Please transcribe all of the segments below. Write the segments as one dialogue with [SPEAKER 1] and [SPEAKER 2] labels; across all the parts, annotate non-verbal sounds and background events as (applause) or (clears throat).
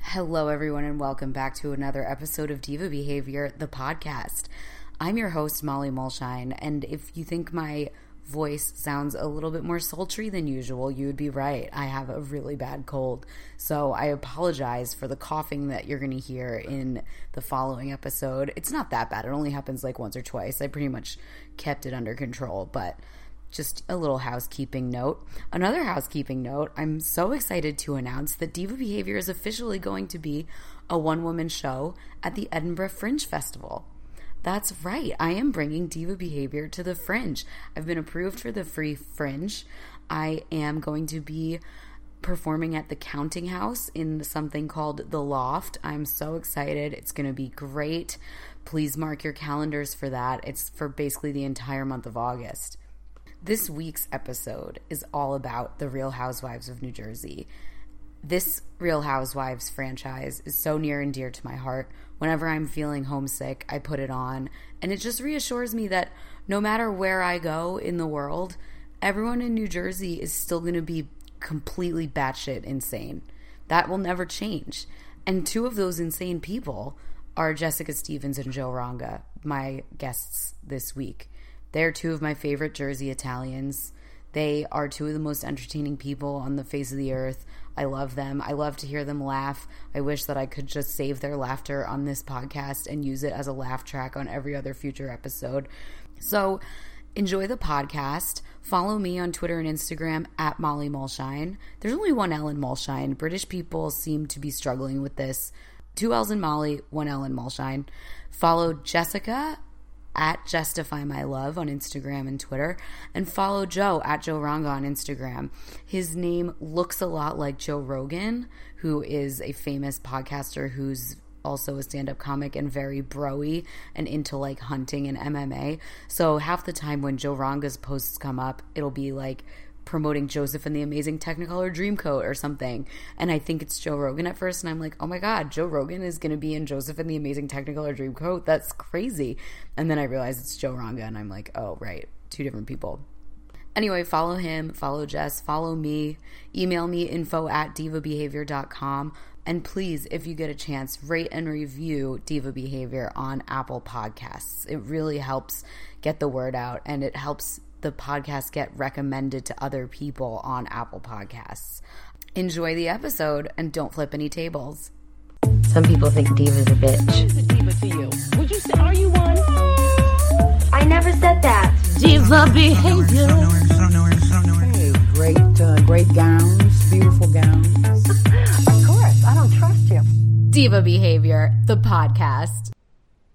[SPEAKER 1] Hello, everyone, and welcome back to another episode of Diva Behavior, the podcast. I'm your host, Molly Mulshine, and if you think my voice sounds a little bit more sultry than usual, you would be right. I have a really bad cold, so I apologize for the coughing that you're going to hear in the following episode. It's not that bad, it only happens like once or twice. I pretty much kept it under control, but just a little housekeeping note. Another housekeeping note I'm so excited to announce that Diva Behavior is officially going to be a one woman show at the Edinburgh Fringe Festival. That's right, I am bringing Diva Behavior to the Fringe. I've been approved for the free Fringe. I am going to be performing at the Counting House in something called The Loft. I'm so excited. It's going to be great. Please mark your calendars for that. It's for basically the entire month of August. This week's episode is all about the Real Housewives of New Jersey. This Real Housewives franchise is so near and dear to my heart. Whenever I'm feeling homesick, I put it on, and it just reassures me that no matter where I go in the world, everyone in New Jersey is still going to be completely batshit insane. That will never change. And two of those insane people are Jessica Stevens and Joe Ranga, my guests this week. They're two of my favorite Jersey Italians. They are two of the most entertaining people on the face of the earth. I love them. I love to hear them laugh. I wish that I could just save their laughter on this podcast and use it as a laugh track on every other future episode. So enjoy the podcast. Follow me on Twitter and Instagram at Molly Mulshine. There's only one Ellen Mulshine. British people seem to be struggling with this. Two L's in Molly, one L in Mulshine. Follow Jessica at Justify My Love on Instagram and Twitter, and follow Joe at Joe Ranga on Instagram. His name looks a lot like Joe Rogan, who is a famous podcaster who's also a stand up comic and very broy and into like hunting and MMA. So half the time when Joe Ranga's posts come up, it'll be like promoting Joseph and the Amazing Technicolor Dreamcoat or something. And I think it's Joe Rogan at first, and I'm like, oh my God, Joe Rogan is going to be in Joseph and the Amazing Technicolor Dreamcoat? That's crazy. And then I realize it's Joe Ranga, and I'm like, oh, right, two different people. Anyway, follow him, follow Jess, follow me, email me info at divabehavior.com. And please, if you get a chance, rate and review Diva Behavior on Apple Podcasts. It really helps get the word out and it helps the podcast get recommended to other people on Apple Podcasts. Enjoy the episode and don't flip any tables.
[SPEAKER 2] Some people think diva's a bitch.
[SPEAKER 3] is a diva to you? Would you say, are you one?
[SPEAKER 4] I never said that.
[SPEAKER 3] Diva behavior.
[SPEAKER 5] Hey, great, uh, great gowns, beautiful gowns.
[SPEAKER 4] Of course, I don't trust you.
[SPEAKER 1] Diva Behavior, the podcast.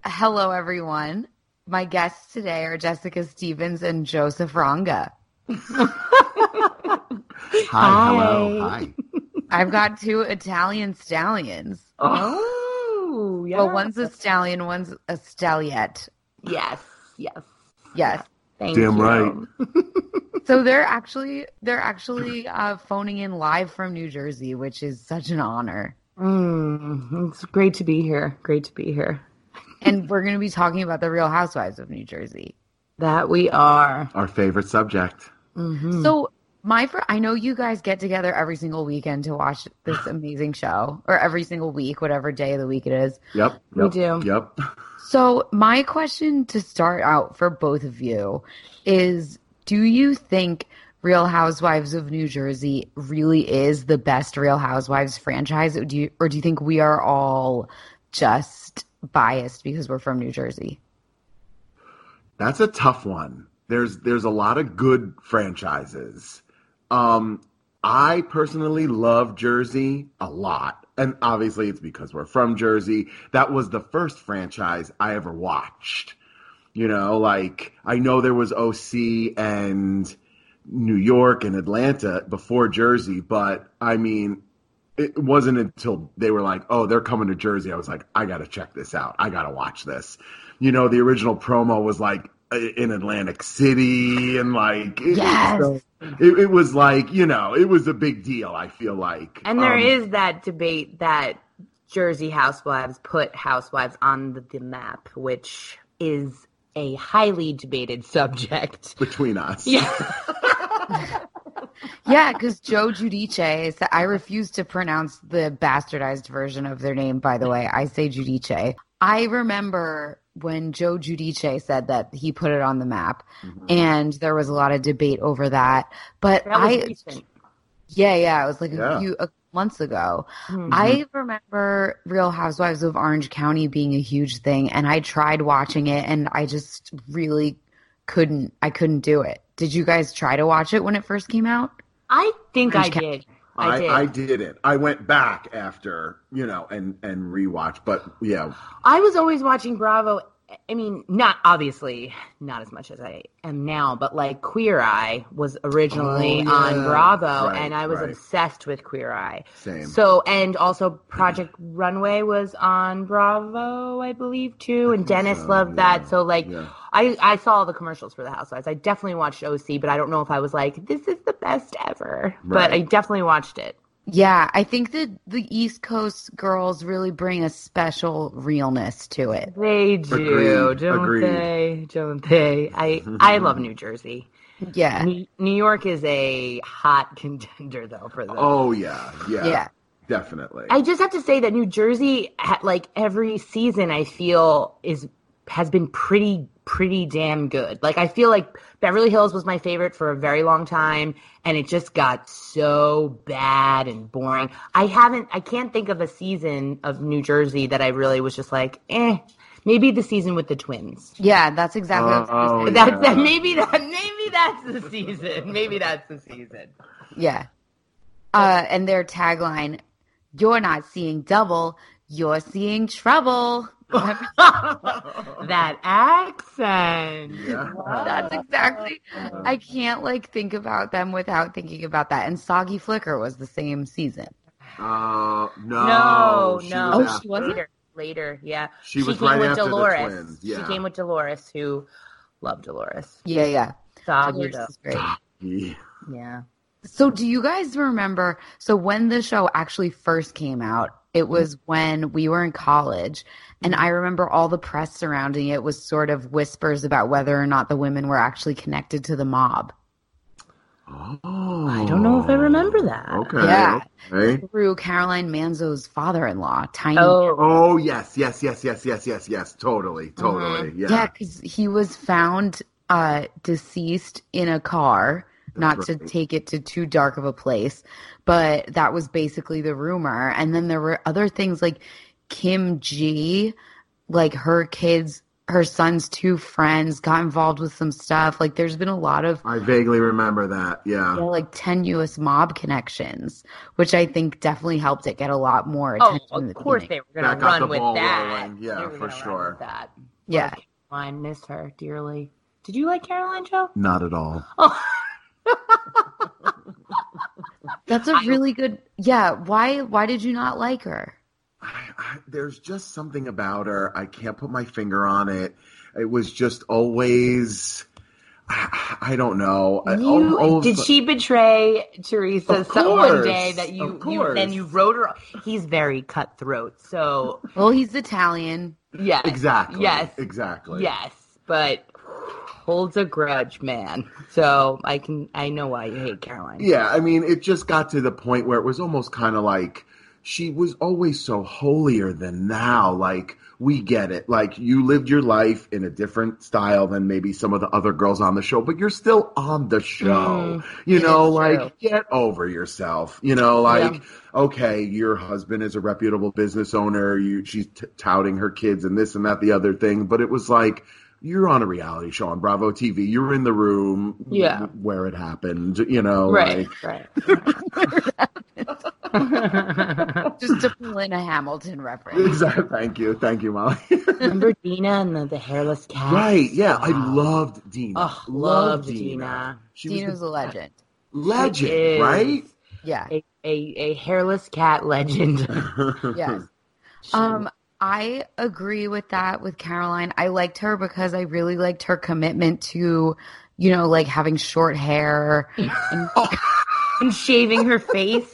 [SPEAKER 1] Hello, everyone. My guests today are Jessica Stevens and Joseph Ranga.
[SPEAKER 6] Hi, hello, hi.
[SPEAKER 1] I've got two Italian stallions.
[SPEAKER 6] Oh, yeah.
[SPEAKER 1] Well, one's a stallion, one's a stalliette.
[SPEAKER 6] yes, yes.
[SPEAKER 1] Yes.
[SPEAKER 6] Thank
[SPEAKER 7] Damn
[SPEAKER 6] you.
[SPEAKER 7] right.
[SPEAKER 1] So they're actually they're actually uh, phoning in live from New Jersey, which is such an honor.
[SPEAKER 6] Mm, it's great to be here. Great to be here.
[SPEAKER 1] And we're going to be talking about the Real Housewives of New Jersey.
[SPEAKER 6] That we are.
[SPEAKER 7] Our favorite subject.
[SPEAKER 8] Mm-hmm. Hmm.
[SPEAKER 1] So my fir- I know you guys get together every single weekend to watch this amazing show or every single week, whatever day of the week it is.
[SPEAKER 7] Yep. yep
[SPEAKER 6] We do.
[SPEAKER 7] Yep.
[SPEAKER 1] So my question to start out for both of you is do you think Real Housewives of New Jersey really is the best Real Housewives franchise or do you, or do you think we are all just biased because we're from New Jersey?
[SPEAKER 7] That's a tough one. There's there's a lot of good franchises. Um, I personally love Jersey a lot, and obviously it's because we're from Jersey. That was the first franchise I ever watched. You know, like I know there was OC and New York and Atlanta before Jersey, but I mean, it wasn't until they were like, "Oh, they're coming to Jersey," I was like, "I got to check this out. I got to watch this." You know, the original promo was like uh, in Atlantic City, and like, it,
[SPEAKER 2] Yes.
[SPEAKER 7] so it, it was like you know, it was a big deal. I feel like,
[SPEAKER 8] And there
[SPEAKER 7] Um,
[SPEAKER 8] is that debate that Jersey housewives put housewives on the, the map, which is a highly debated subject. (laughs)
[SPEAKER 7] between us.
[SPEAKER 8] Yeah.
[SPEAKER 1] Yeah, because Joe Giudice is. I refuse to pronounce the bastardized version of their name. By the way, I say Giudice. I remember when Joe Giudice said that he put it on the map,
[SPEAKER 7] Mm-hmm.
[SPEAKER 1] and there was a lot of debate over that. But
[SPEAKER 8] That was
[SPEAKER 1] I,
[SPEAKER 8] recent.
[SPEAKER 1] yeah, yeah, it was like
[SPEAKER 7] Yeah.
[SPEAKER 1] a few a, months ago.
[SPEAKER 8] Mhm.
[SPEAKER 1] I remember Real Housewives of Orange County being a huge thing, and I tried watching it, and I just really couldn't. I couldn't do it. Did you guys try to watch it when it first came out?
[SPEAKER 8] I think I
[SPEAKER 1] Orange County.
[SPEAKER 8] did. I
[SPEAKER 7] I,
[SPEAKER 8] did.
[SPEAKER 7] I did it. I went back after, you know, and and rewatched. But yeah,
[SPEAKER 8] I was always watching Bravo. I mean, not obviously not as much as I am now, but like Queer Eye was originally
[SPEAKER 7] Oh, yeah.
[SPEAKER 8] on Bravo,
[SPEAKER 7] Right,
[SPEAKER 8] and I was
[SPEAKER 7] right.
[SPEAKER 8] obsessed with Queer Eye.
[SPEAKER 7] Same.
[SPEAKER 8] So, and also Project Runway was on Bravo, I believe, too. And Dennis loved that. So, like,
[SPEAKER 7] yeah.
[SPEAKER 8] I I saw all the commercials for the Housewives. I definitely watched OC, but I don't know if I was like, this is the best ever. But I
[SPEAKER 7] Right.
[SPEAKER 8] definitely watched it.
[SPEAKER 1] Yeah, I think that the East Coast girls really bring a special realness to it.
[SPEAKER 8] They do,
[SPEAKER 7] Agreed,
[SPEAKER 8] don't
[SPEAKER 7] agreed.
[SPEAKER 8] they? Don't they? I I love New Jersey.
[SPEAKER 1] Yeah.
[SPEAKER 8] New, New York is a hot (laughs) contender though for this.
[SPEAKER 7] oh yeah, yeah,
[SPEAKER 1] Yeah.
[SPEAKER 7] definitely. (laughs)
[SPEAKER 8] I just have to say that New Jersey, ha- like every season, I feel is has been pretty pretty damn good. Like I feel like Beverly Hills was my favorite for a very long time, and it just got so bad and boring. I haven't, I can't think of a season of New Jersey that I really was just like, eh. Maybe the season with the twins.
[SPEAKER 1] Yeah, that's exactly what I was
[SPEAKER 7] Oh,
[SPEAKER 1] gonna say.
[SPEAKER 8] That's
[SPEAKER 7] yeah.
[SPEAKER 8] that. Maybe that. Maybe that's the season. Maybe that's the
[SPEAKER 7] (laughs)
[SPEAKER 8] season.
[SPEAKER 1] Yeah. Uh, and their tagline, you're not seeing double, you're seeing trouble.
[SPEAKER 8] That accent.
[SPEAKER 1] That's
[SPEAKER 7] Ah.
[SPEAKER 1] exactly. I can't like think about them without thinking about that. And Soggy Flicker was the same season.
[SPEAKER 7] Uh, no,
[SPEAKER 8] No,
[SPEAKER 7] she
[SPEAKER 8] no.
[SPEAKER 7] was
[SPEAKER 1] Oh, she
[SPEAKER 7] after.
[SPEAKER 1] wasn't?
[SPEAKER 8] Later, later, yeah.
[SPEAKER 7] She was right after the twins, yeah.
[SPEAKER 8] She came with Dolores, who loved Dolores.
[SPEAKER 1] Yeah, yeah.
[SPEAKER 8] Doggy
[SPEAKER 1] Yours
[SPEAKER 8] though.
[SPEAKER 1] is great.
[SPEAKER 7] Yeah.
[SPEAKER 8] Yeah.
[SPEAKER 1] So, do you guys remember? So, when the show actually first came out, it was when we were in college. And I remember all the press surrounding it was sort of whispers about whether or not the women were actually connected to the mob
[SPEAKER 7] Oh,
[SPEAKER 8] I don't know if I remember that.
[SPEAKER 7] Okay.
[SPEAKER 1] Yeah.
[SPEAKER 7] okay.
[SPEAKER 1] through Caroline Manzo's father in law, Tiny.
[SPEAKER 8] Oh,
[SPEAKER 7] Oh yes, yes, yes, yes, yes, yes, yes. Totally, totally.
[SPEAKER 8] Mm-hmm.
[SPEAKER 1] yeah,
[SPEAKER 7] Yeah.
[SPEAKER 1] because he was found uh, deceased in a car. Not to
[SPEAKER 7] right.
[SPEAKER 1] take it to too dark of a place, but that was basically the rumor. And then there were other things like Kim G, like her kids, her son's two friends got involved with some stuff. Like there's been a lot of
[SPEAKER 7] I vaguely remember that.
[SPEAKER 1] you
[SPEAKER 7] Yeah.
[SPEAKER 1] know, like tenuous mob connections, which I think definitely helped it get a lot more attention.
[SPEAKER 8] oh
[SPEAKER 1] in
[SPEAKER 8] of
[SPEAKER 1] the
[SPEAKER 8] course
[SPEAKER 1] beginning.
[SPEAKER 8] they were going
[SPEAKER 7] Back
[SPEAKER 8] to
[SPEAKER 7] got
[SPEAKER 8] run
[SPEAKER 7] the
[SPEAKER 8] with
[SPEAKER 7] ball
[SPEAKER 8] that.
[SPEAKER 7] rolling. Yeah,
[SPEAKER 8] They were
[SPEAKER 7] for
[SPEAKER 8] gonna run
[SPEAKER 7] sure.
[SPEAKER 8] with that.
[SPEAKER 1] Yeah.
[SPEAKER 8] I missed her dearly. Did you like Caroline Joe?
[SPEAKER 7] Not at all.
[SPEAKER 8] Oh,
[SPEAKER 1] That's a really good. Yeah. Why? Why did you not like her?
[SPEAKER 7] I, I, there's just something about her. I can't put my finger on it. It was just always. I, I don't know. I-
[SPEAKER 8] you,
[SPEAKER 7] al- al-
[SPEAKER 8] did she betray Teresa
[SPEAKER 7] Of
[SPEAKER 8] so one day
[SPEAKER 7] course,
[SPEAKER 8] that you,
[SPEAKER 7] of
[SPEAKER 8] you then
[SPEAKER 7] course.
[SPEAKER 8] you wrote her? He's very cutthroat, so
[SPEAKER 1] Well, he's Italian.
[SPEAKER 8] (laughs) yes,
[SPEAKER 7] Exactly.
[SPEAKER 8] Yes,
[SPEAKER 7] Exactly.
[SPEAKER 8] Yes, but holds a grudge, man. So I can I know why you hate Caroline.
[SPEAKER 7] Yeah, I mean, it just got to the point where it was almost kind of like she was always so holier than now. Like, we get it. Like, you lived your life in a different style than maybe some of the other girls on the show, but you're still on the show. you know, like, get over yourself. You know, like, okay, your husband is a reputable business owner. You, she's t- touting her kids and this and that, the other thing. But it was like, you're on a reality show on Bravo TV. You're in the room
[SPEAKER 8] Yeah.
[SPEAKER 7] where it happened, you know.
[SPEAKER 8] Right,
[SPEAKER 7] like-
[SPEAKER 8] right.
[SPEAKER 1] Just to pull in a Hamilton reference.
[SPEAKER 7] (laughs) exactly. Thank you. Thank you, Molly.
[SPEAKER 8] (laughs) Remember Dina and the, the hairless cat?
[SPEAKER 7] Right. Yeah, I loved Dina.
[SPEAKER 8] Oh,
[SPEAKER 7] loved,
[SPEAKER 8] loved
[SPEAKER 7] Dina.
[SPEAKER 8] Dina.
[SPEAKER 7] She
[SPEAKER 1] Dina's
[SPEAKER 7] was
[SPEAKER 1] a legend.
[SPEAKER 7] the
[SPEAKER 8] She is. (laughs)
[SPEAKER 7] legend, right?
[SPEAKER 1] Yeah.
[SPEAKER 8] A, a, a hairless cat
[SPEAKER 7] (laughs)
[SPEAKER 8] legend. (laughs)
[SPEAKER 1] Yes. Um, I agree with that with Caroline. I liked her because I really liked her commitment to, you know, like having short hair.
[SPEAKER 8] (laughs)
[SPEAKER 1] And,
[SPEAKER 8] and shaving her
[SPEAKER 7] (laughs)
[SPEAKER 8] face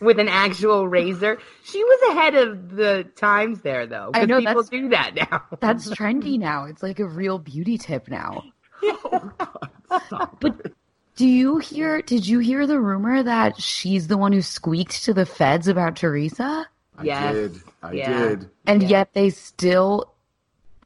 [SPEAKER 8] with an actual razor. She was ahead of the times there, though.
[SPEAKER 1] I
[SPEAKER 8] 'cause
[SPEAKER 1] know,
[SPEAKER 8] people
[SPEAKER 1] that's-
[SPEAKER 8] do that now. (laughs)
[SPEAKER 1] that's trendy now. It's like a real beauty tip now. but do you hear did you hear the rumor that she's the one who squeaked to the feds about Teresa?
[SPEAKER 7] I
[SPEAKER 8] Yes.
[SPEAKER 7] did. I
[SPEAKER 8] Yeah.
[SPEAKER 7] did.
[SPEAKER 1] And yet they still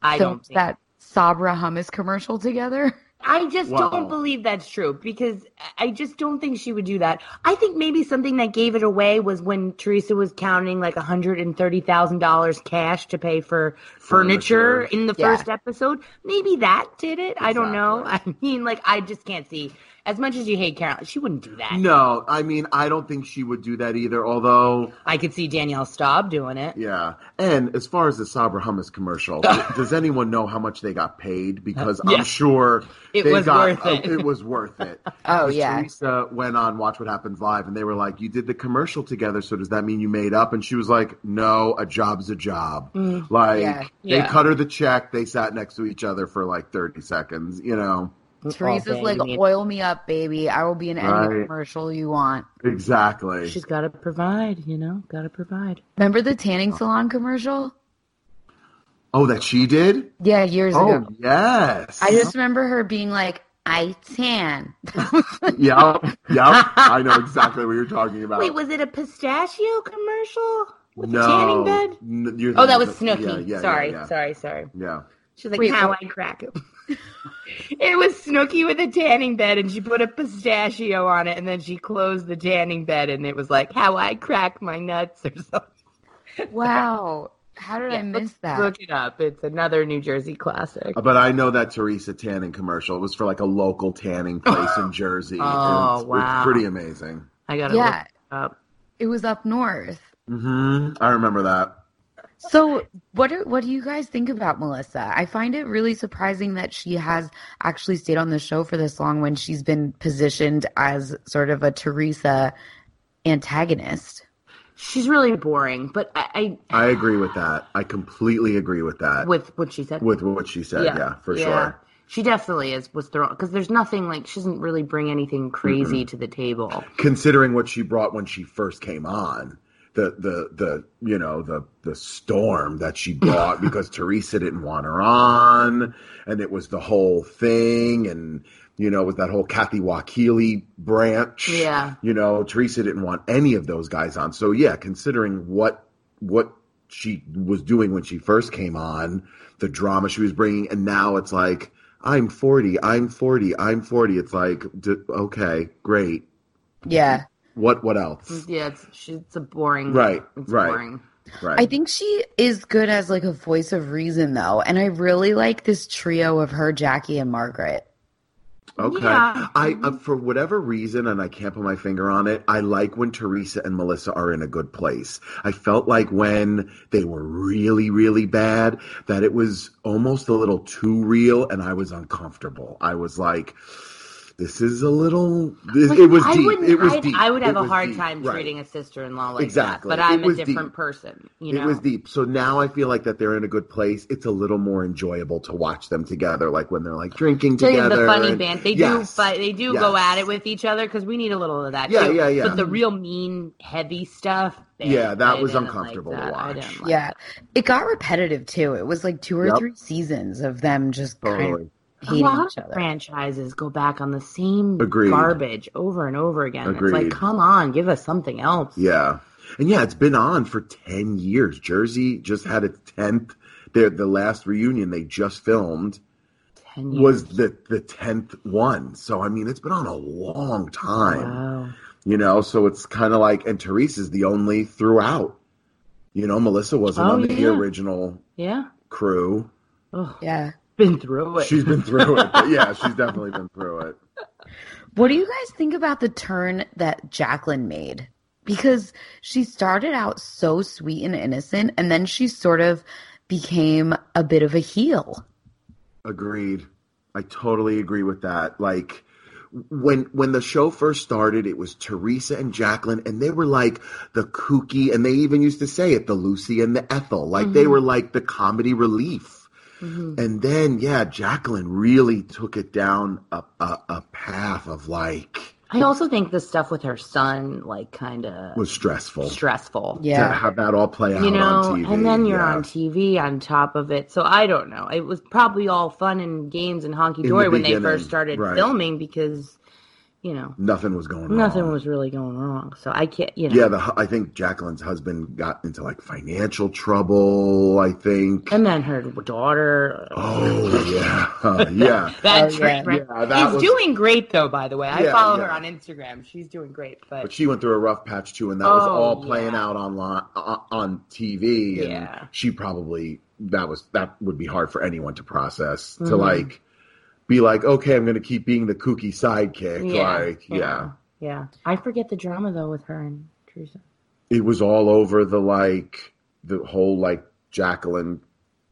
[SPEAKER 8] I
[SPEAKER 1] filmed
[SPEAKER 8] don't think
[SPEAKER 1] that Sabra hummus commercial together?
[SPEAKER 8] I just
[SPEAKER 7] Wow.
[SPEAKER 8] don't believe that's true because I just don't think she would do that. I think maybe something that gave it away was when Teresa was counting like $130,000 cash to pay for furniture,
[SPEAKER 7] Furniture.
[SPEAKER 8] in the
[SPEAKER 1] Yeah.
[SPEAKER 8] first episode. Maybe that did it. I don't know. (laughs) I mean, like, I just can't see. As much as you hate Carol, she wouldn't do that.
[SPEAKER 7] No, I mean, I don't think she would do that either. Although,
[SPEAKER 8] I could see Danielle Staub doing it.
[SPEAKER 7] yeah. And as far as the Sabra hummus
[SPEAKER 8] (laughs)
[SPEAKER 7] commercial, does anyone know how much they got paid? Because
[SPEAKER 8] Yeah.
[SPEAKER 7] I'm sure
[SPEAKER 8] It
[SPEAKER 7] they
[SPEAKER 8] was
[SPEAKER 7] got,
[SPEAKER 8] worth it.
[SPEAKER 7] uh, it was
[SPEAKER 8] (laughs)
[SPEAKER 7] worth it.
[SPEAKER 1] Oh,
[SPEAKER 7] Because
[SPEAKER 1] yeah.
[SPEAKER 7] Teresa went on Watch What Happens Live, and they were like, "You did the commercial together, so does that mean you made up?" And she was like, "No, a job's a job. Like
[SPEAKER 1] Yeah.
[SPEAKER 7] they
[SPEAKER 8] Mm, Yeah.
[SPEAKER 7] cut her the check. They sat next to each other for like thirty seconds. You know,
[SPEAKER 1] Teresa's
[SPEAKER 8] (laughs) Oh,
[SPEAKER 1] like,
[SPEAKER 8] baby.
[SPEAKER 1] oil me up, baby. I will be in any
[SPEAKER 7] Right.
[SPEAKER 1] commercial you want.
[SPEAKER 7] exactly.
[SPEAKER 8] She's got to provide, you know, got to provide.
[SPEAKER 1] Remember the tanning salon commercial?
[SPEAKER 7] oh, that she did.
[SPEAKER 1] Yeah, years
[SPEAKER 7] Oh
[SPEAKER 1] ago.
[SPEAKER 7] yes.
[SPEAKER 1] I just remember her being like, I tan. (laughs)
[SPEAKER 7] yep, yep. I know exactly what you're talking
[SPEAKER 8] (laughs)
[SPEAKER 7] about.
[SPEAKER 8] Wait, was it a pistachio commercial with
[SPEAKER 7] no,
[SPEAKER 8] a tanning bed?
[SPEAKER 7] N- you're
[SPEAKER 8] Oh, that was
[SPEAKER 7] thinking of-
[SPEAKER 8] Snooki.
[SPEAKER 7] Yeah, yeah,
[SPEAKER 8] sorry,
[SPEAKER 7] yeah, yeah.
[SPEAKER 8] sorry, sorry.
[SPEAKER 7] Yeah.
[SPEAKER 8] She's like,
[SPEAKER 1] Wait,
[SPEAKER 8] how
[SPEAKER 1] what-
[SPEAKER 8] I crack him. (laughs) it was Snooki with a tanning bed, and she put a pistachio on it, and then she closed the tanning bed, and it was like, how I crack my nuts or something.
[SPEAKER 1] wow. How did I miss that?
[SPEAKER 8] Look it up. It's another New Jersey classic.
[SPEAKER 7] Uh, But I know that Teresa tanning commercial. It was for like a
[SPEAKER 8] (laughs)
[SPEAKER 7] local tanning place in Jersey. and
[SPEAKER 8] Oh,
[SPEAKER 7] it's,
[SPEAKER 8] wow.
[SPEAKER 7] It's pretty amazing.
[SPEAKER 8] I gotta
[SPEAKER 1] yeah.
[SPEAKER 8] look it up.
[SPEAKER 1] It was up north.
[SPEAKER 7] hmm I remember that.
[SPEAKER 1] So what do, what do you guys think about Melissa? I find it really surprising that she has actually stayed on the show for this long when she's been positioned as sort of a Teresa antagonist.
[SPEAKER 8] She's really boring, but I,
[SPEAKER 7] I agree with that. I completely agree with
[SPEAKER 8] I
[SPEAKER 7] that. With,
[SPEAKER 8] with what she said.
[SPEAKER 7] what she said, yeah, for sure.
[SPEAKER 8] She definitely is was thrown because there's nothing like she doesn't really bring anything crazy to the table.
[SPEAKER 7] Considering what she brought when she first came on, the the the you know the the storm that she brought because Teresa didn't want her on, and it was the whole thing, and you know with that whole Kathy Wakili branch,
[SPEAKER 8] Yeah.
[SPEAKER 7] you know Teresa didn't want any of those guys on. So yeah, considering what what she was doing when she first came on, the drama she was bringing, and now it's like I'm 40, I'm 40, I'm 40. It's like d- okay, great.
[SPEAKER 1] Yeah.
[SPEAKER 7] What what else?
[SPEAKER 8] Yeah, it's she, it's a boring.
[SPEAKER 7] Right,
[SPEAKER 8] it's
[SPEAKER 7] right.
[SPEAKER 8] boring.
[SPEAKER 7] Right.
[SPEAKER 1] I think she is good as like a voice of reason though, and I really like this trio of her, Jackie and Margaret.
[SPEAKER 7] Okay.
[SPEAKER 8] Yeah.
[SPEAKER 7] I uh, for whatever reason, and I can't put my finger on it. I like when Teresa and Melissa are in a good place. I felt like when they were really, really bad, that it was almost a little too real, and I was uncomfortable. I was like, "This is a little." This,
[SPEAKER 8] Like,
[SPEAKER 7] it was
[SPEAKER 8] I
[SPEAKER 7] deep.
[SPEAKER 8] wouldn't-
[SPEAKER 7] It was
[SPEAKER 8] I'd-
[SPEAKER 7] deep.
[SPEAKER 8] I would have
[SPEAKER 7] It
[SPEAKER 8] a
[SPEAKER 7] was
[SPEAKER 8] hard
[SPEAKER 7] deep.
[SPEAKER 8] time
[SPEAKER 7] Right.
[SPEAKER 8] treating a sister in law like
[SPEAKER 7] Exactly.
[SPEAKER 8] that. But
[SPEAKER 7] It
[SPEAKER 8] I'm a
[SPEAKER 7] was
[SPEAKER 8] different
[SPEAKER 7] deep.
[SPEAKER 8] person. You know,
[SPEAKER 7] It was deep. So now I feel like that they're in a good place. It's a little more enjoyable to watch them together, like when they're like drinking
[SPEAKER 8] They have
[SPEAKER 7] together.
[SPEAKER 8] the funny
[SPEAKER 7] and-
[SPEAKER 8] band. They
[SPEAKER 7] Yes.
[SPEAKER 8] do fight. They do go
[SPEAKER 7] Yes.
[SPEAKER 8] at it with each other because we need a little of that.
[SPEAKER 7] Yeah,
[SPEAKER 8] too.
[SPEAKER 7] yeah, yeah.
[SPEAKER 8] But the real mean, heavy stuff. eh,
[SPEAKER 7] Yeah, that
[SPEAKER 8] I
[SPEAKER 7] was
[SPEAKER 8] didn't
[SPEAKER 7] uncomfortable
[SPEAKER 8] like
[SPEAKER 7] to
[SPEAKER 8] that. I
[SPEAKER 7] watch.
[SPEAKER 8] didn't like
[SPEAKER 1] yeah. It got repetitive too. It was like two or
[SPEAKER 7] Yep.
[SPEAKER 1] three seasons of them just kind of
[SPEAKER 7] Totally.
[SPEAKER 8] a
[SPEAKER 1] hating
[SPEAKER 8] lot
[SPEAKER 1] each
[SPEAKER 8] of
[SPEAKER 1] other.
[SPEAKER 8] franchises go back on the same
[SPEAKER 7] Agreed.
[SPEAKER 8] garbage over and over again. It's like,
[SPEAKER 7] Agreed.
[SPEAKER 8] come on, give us something else.
[SPEAKER 7] Yeah. And yeah, it's been on for 10 years. Jersey just had its 10th their the last reunion they just filmed
[SPEAKER 8] Ten years.
[SPEAKER 7] was the the 10th one. So I mean, it's been on a long time.
[SPEAKER 8] Wow.
[SPEAKER 7] You know, so it's kind of like and Teresa's the only throughout. You know, Melissa wasn't
[SPEAKER 8] Oh,
[SPEAKER 7] on the
[SPEAKER 8] yeah.
[SPEAKER 7] original
[SPEAKER 8] Yeah.
[SPEAKER 7] crew.
[SPEAKER 8] Oh,
[SPEAKER 1] Yeah.
[SPEAKER 8] been through it.
[SPEAKER 7] She's been through it. But
[SPEAKER 8] (laughs)
[SPEAKER 7] yeah, she's definitely been through it.
[SPEAKER 1] What do you guys think about the turn that Jacqueline made? Because she started out so sweet and innocent, and then she sort of became a bit of a heel.
[SPEAKER 7] Agreed. I totally agree with that. Like when when the show first started, it was Teresa and Jacqueline, and they were like the kooky, and they even used to say it, the Lucy and the Ethel. Like they
[SPEAKER 8] Mm-hmm.
[SPEAKER 9] Mhm.
[SPEAKER 7] were like the comedy relief.
[SPEAKER 9] Mhm.
[SPEAKER 7] And then yeah, Jacqueline really took it down a, a, a path of like
[SPEAKER 8] I also think the stuff with her son, like, kind of
[SPEAKER 7] was stressful.
[SPEAKER 8] Stressful.
[SPEAKER 7] To have that all play out
[SPEAKER 8] you know,
[SPEAKER 7] on TV.
[SPEAKER 8] and then you're
[SPEAKER 7] yeah.
[SPEAKER 8] on TV on top of it. So I don't know. It was probably all fun and games and honky
[SPEAKER 7] the
[SPEAKER 8] dory when they
[SPEAKER 7] beginning,
[SPEAKER 8] first started
[SPEAKER 7] right.
[SPEAKER 8] filming because, you know,
[SPEAKER 7] nothing was going on.
[SPEAKER 8] nothing was really going wrong. So I can't, you know.
[SPEAKER 7] Yeah, the, hu- I think Jacqueline's husband got into like financial trouble. I think.
[SPEAKER 8] and then her daughter. uh,
[SPEAKER 7] Oh yeah, (laughs) yeah.
[SPEAKER 8] That
[SPEAKER 7] Oh,
[SPEAKER 8] trip, right?
[SPEAKER 7] Yeah, that
[SPEAKER 8] She's
[SPEAKER 7] was-
[SPEAKER 8] doing great though. By the way, I
[SPEAKER 7] Yeah,
[SPEAKER 8] follow
[SPEAKER 7] yeah.
[SPEAKER 8] her on Instagram. She's doing great, but,
[SPEAKER 7] But she went through a rough patch too, and that was
[SPEAKER 8] Oh,
[SPEAKER 7] all playing out online on, on TV. And
[SPEAKER 8] Yeah.
[SPEAKER 7] she probably that was that would be hard for anyone to process to
[SPEAKER 8] Mhm.
[SPEAKER 7] like be like, okay, I'm going to keep being the kooky sidekick.
[SPEAKER 8] Yeah,
[SPEAKER 7] like, yeah.
[SPEAKER 8] yeah, I forget the drama though with her and Teresa.
[SPEAKER 7] it was all over the like the whole like Jacqueline,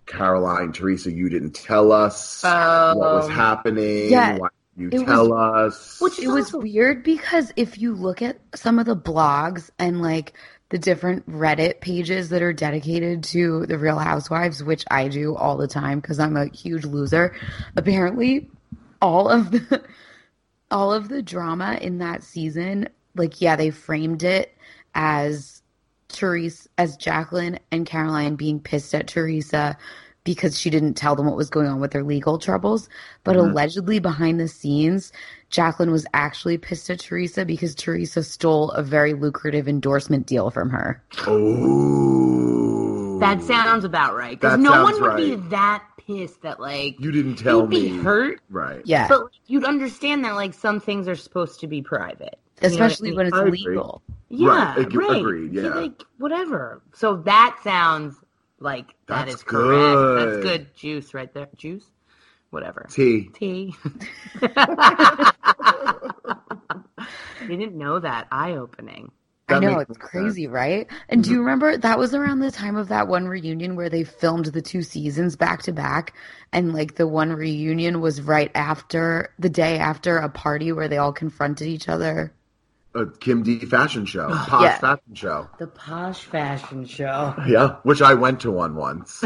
[SPEAKER 7] Caroline, Teresa. You didn't tell us what was
[SPEAKER 8] Um,
[SPEAKER 1] Oh.
[SPEAKER 7] happening.
[SPEAKER 1] Yeah.
[SPEAKER 7] Why didn't
[SPEAKER 1] It
[SPEAKER 7] you
[SPEAKER 1] was-
[SPEAKER 7] tell us?
[SPEAKER 1] Which it was weird because if you look at some of the blogs and like the different Reddit pages that are dedicated to the Real Housewives, which I do all the time because I'm a huge loser, apparently all of the all of the drama in that season, like yeah, they framed it as Therese as Jacqueline and Caroline being pissed at Teresa because she didn't tell them what was going on with their legal troubles. But
[SPEAKER 10] Mhm.
[SPEAKER 1] allegedly behind the scenes, Jacqueline was actually pissed at Teresa because Teresa stole a very lucrative endorsement deal from her.
[SPEAKER 7] Oh.
[SPEAKER 8] That sounds about right. Because
[SPEAKER 1] That
[SPEAKER 8] no
[SPEAKER 1] sounds
[SPEAKER 8] one would be
[SPEAKER 1] right.
[SPEAKER 8] that pissed that like
[SPEAKER 7] you didn't tell
[SPEAKER 8] you'd be
[SPEAKER 7] me.
[SPEAKER 8] hurt.
[SPEAKER 7] Right.
[SPEAKER 8] But like, you'd understand that like some things are supposed to be private, You know what I
[SPEAKER 1] Especially
[SPEAKER 8] mean?
[SPEAKER 1] when it's
[SPEAKER 8] I agree.
[SPEAKER 1] legal.
[SPEAKER 8] Yeah,
[SPEAKER 1] Right,
[SPEAKER 8] right.
[SPEAKER 1] ag- agreed,
[SPEAKER 8] So,
[SPEAKER 1] yeah.
[SPEAKER 8] like whatever. So that sounds like that
[SPEAKER 7] That's
[SPEAKER 8] is correct.
[SPEAKER 7] good.
[SPEAKER 8] That's good juice right there. Juice, whatever.
[SPEAKER 7] Tea.
[SPEAKER 8] Tea. (laughs)
[SPEAKER 1] (laughs)
[SPEAKER 8] you didn't know that eye opening.
[SPEAKER 1] I know it's crazy, right? And do you remember that was around the time of that one reunion where they filmed the two seasons back to back, and like the one reunion was right after the day after a party where they all confronted each other.
[SPEAKER 7] a Kim D
[SPEAKER 8] (sighs)
[SPEAKER 7] fashion show, posh
[SPEAKER 1] Yeah.
[SPEAKER 7] fashion show.
[SPEAKER 8] The posh fashion show.
[SPEAKER 7] Yeah, which I went to
[SPEAKER 8] (laughs)
[SPEAKER 7] one once.